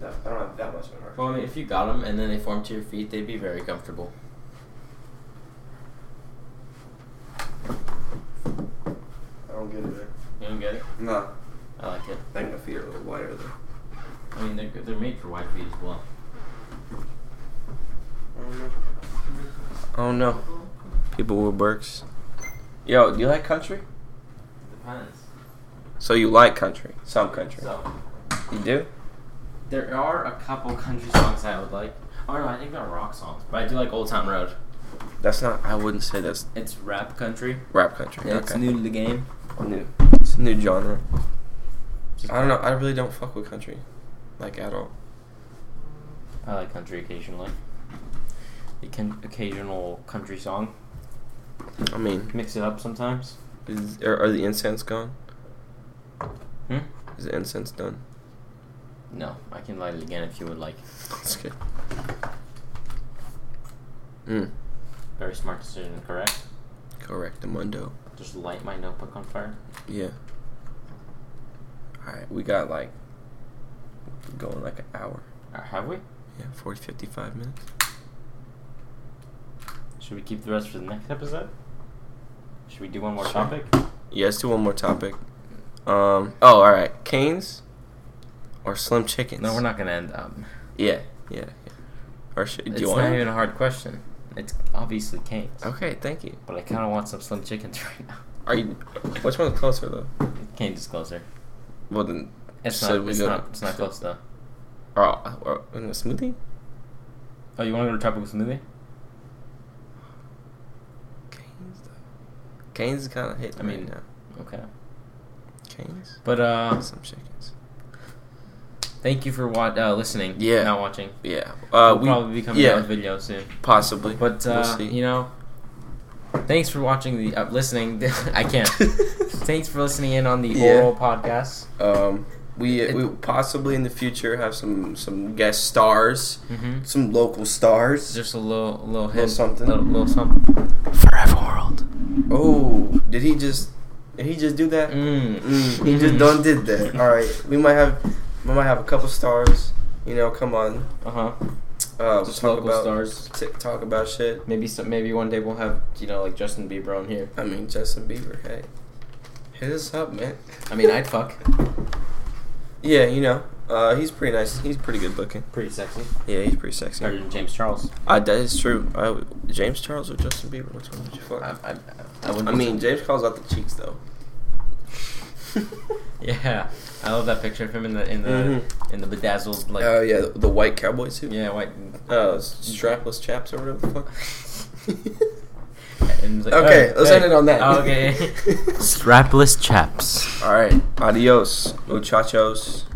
B: No, I don't have that much of an arch.
C: Well, I mean, if you got them and then they form to your feet, they'd be very comfortable.
B: I don't get it. Man.
C: You don't get it?
B: No,
C: I like it.
B: I think my feet are a little wider though.
C: I mean, they're good- they're made for wide feet as well.
B: Oh no, people with Burks. Yo, do you like country?
C: Depends.
B: So you like country? Some country.
C: So
B: You do?
C: there are a couple country songs I would like. Oh no, I think they're rock songs, but I do like Old Town Road.
B: That's not. I wouldn't say that's
C: It's rap country.
B: rap country.
C: Yeah, It's
B: Okay.
C: new to the game.
B: New. It's a new genre. I don't know. I really don't fuck with country, like at all.
C: I like country occasionally. The can- occasional country song.
B: I mean,
C: Mix it up sometimes.
B: is, are, are the incense gone?
C: Hmm?
B: Is the incense done?
C: No, I can light it again if you would like.
B: That's good. Mm.
C: Very smart decision, correct?
B: Correct, Mundo.
C: Just light my notebook on fire.
B: Yeah. All right, we got like going like an hour.
C: Or have we?
B: Yeah, 40, 55 minutes.
C: Should we keep the rest for the next episode? Should we do one more topic?
B: Yeah, let's do one more topic. Um. Oh, all right. Canes or Slim Chickens?
C: No, we're not gonna end up.
B: Yeah, yeah. yeah. Or should, do
C: It's
B: you
C: not
B: want?
C: even a hard question. It's obviously Canes,
B: Okay, thank you.
C: but I kind of want some slim chickens right now.
B: Are you? Which one's closer though?
C: Canes is closer.
B: Well then,
C: It's
B: so
C: not.
B: we
C: It's
B: go-
C: not. It's not close though.
B: Oh, or in a smoothie?
C: Oh, you want to go to tropical smoothie?
B: Canes is kind of hit.
C: I
B: me
C: mean,
B: now.
C: okay.
B: Canes.
C: But uh,
B: some chickens.
C: thank you for wat- uh, listening.
B: Yeah.
C: not watching.
B: Yeah.
C: Uh,
B: Uh,
C: we'll
B: we
C: probably be coming
B: yeah,
C: out with video soon.
B: possibly.
C: But
B: We'll
C: uh,
B: see.
C: you know, thanks for watching the uh, listening. I can't. thanks for listening in on the
B: Yeah.
C: oral podcast.
B: Um, we we possibly in the future have some some guest stars,
C: Mhm.
B: some local stars.
C: Just a little, little
B: Little
C: hint,
B: something.
C: little, little something.
A: Forever World.
B: Oh, did he just? Did he just do that?
C: Mm.
B: Mm, he just
C: Mhm.
B: done did that. All right, we might have we might have a couple stars. You know, come on.
C: Uh huh.
B: Uh,
C: Just
B: talk
C: local
B: about,
C: stars.
B: T- talk about shit.
C: Maybe, some, maybe one day we'll have you know like Justin Bieber on here.
B: I mean, Justin Bieber. Hey, hit us up, man.
C: I mean, I'd fuck.
B: Yeah, you know, uh, he's pretty nice. He's pretty good looking.
C: Pretty sexy.
B: Yeah, he's pretty sexy.
C: Better than James Charles.
B: I, that is true. I would- James Charles or Justin Bieber? Which one would you fuck?
C: I,
B: I,
C: I, I, wouldn't be-
B: mean, James Charles out the cheeks though.
C: yeah, I love that picture of him in the in the
B: Mhm.
C: in the bedazzled like
B: Oh yeah, the, the white cowboy suit.
C: yeah white.
B: Uh, strapless chaps or whatever the fuck.
C: And it's like,
B: okay,
C: "Hey,
B: let's
C: hey."
B: end it on that.
C: Oh, okay.
A: Strapless chaps.
B: All right. Adios, muchachos.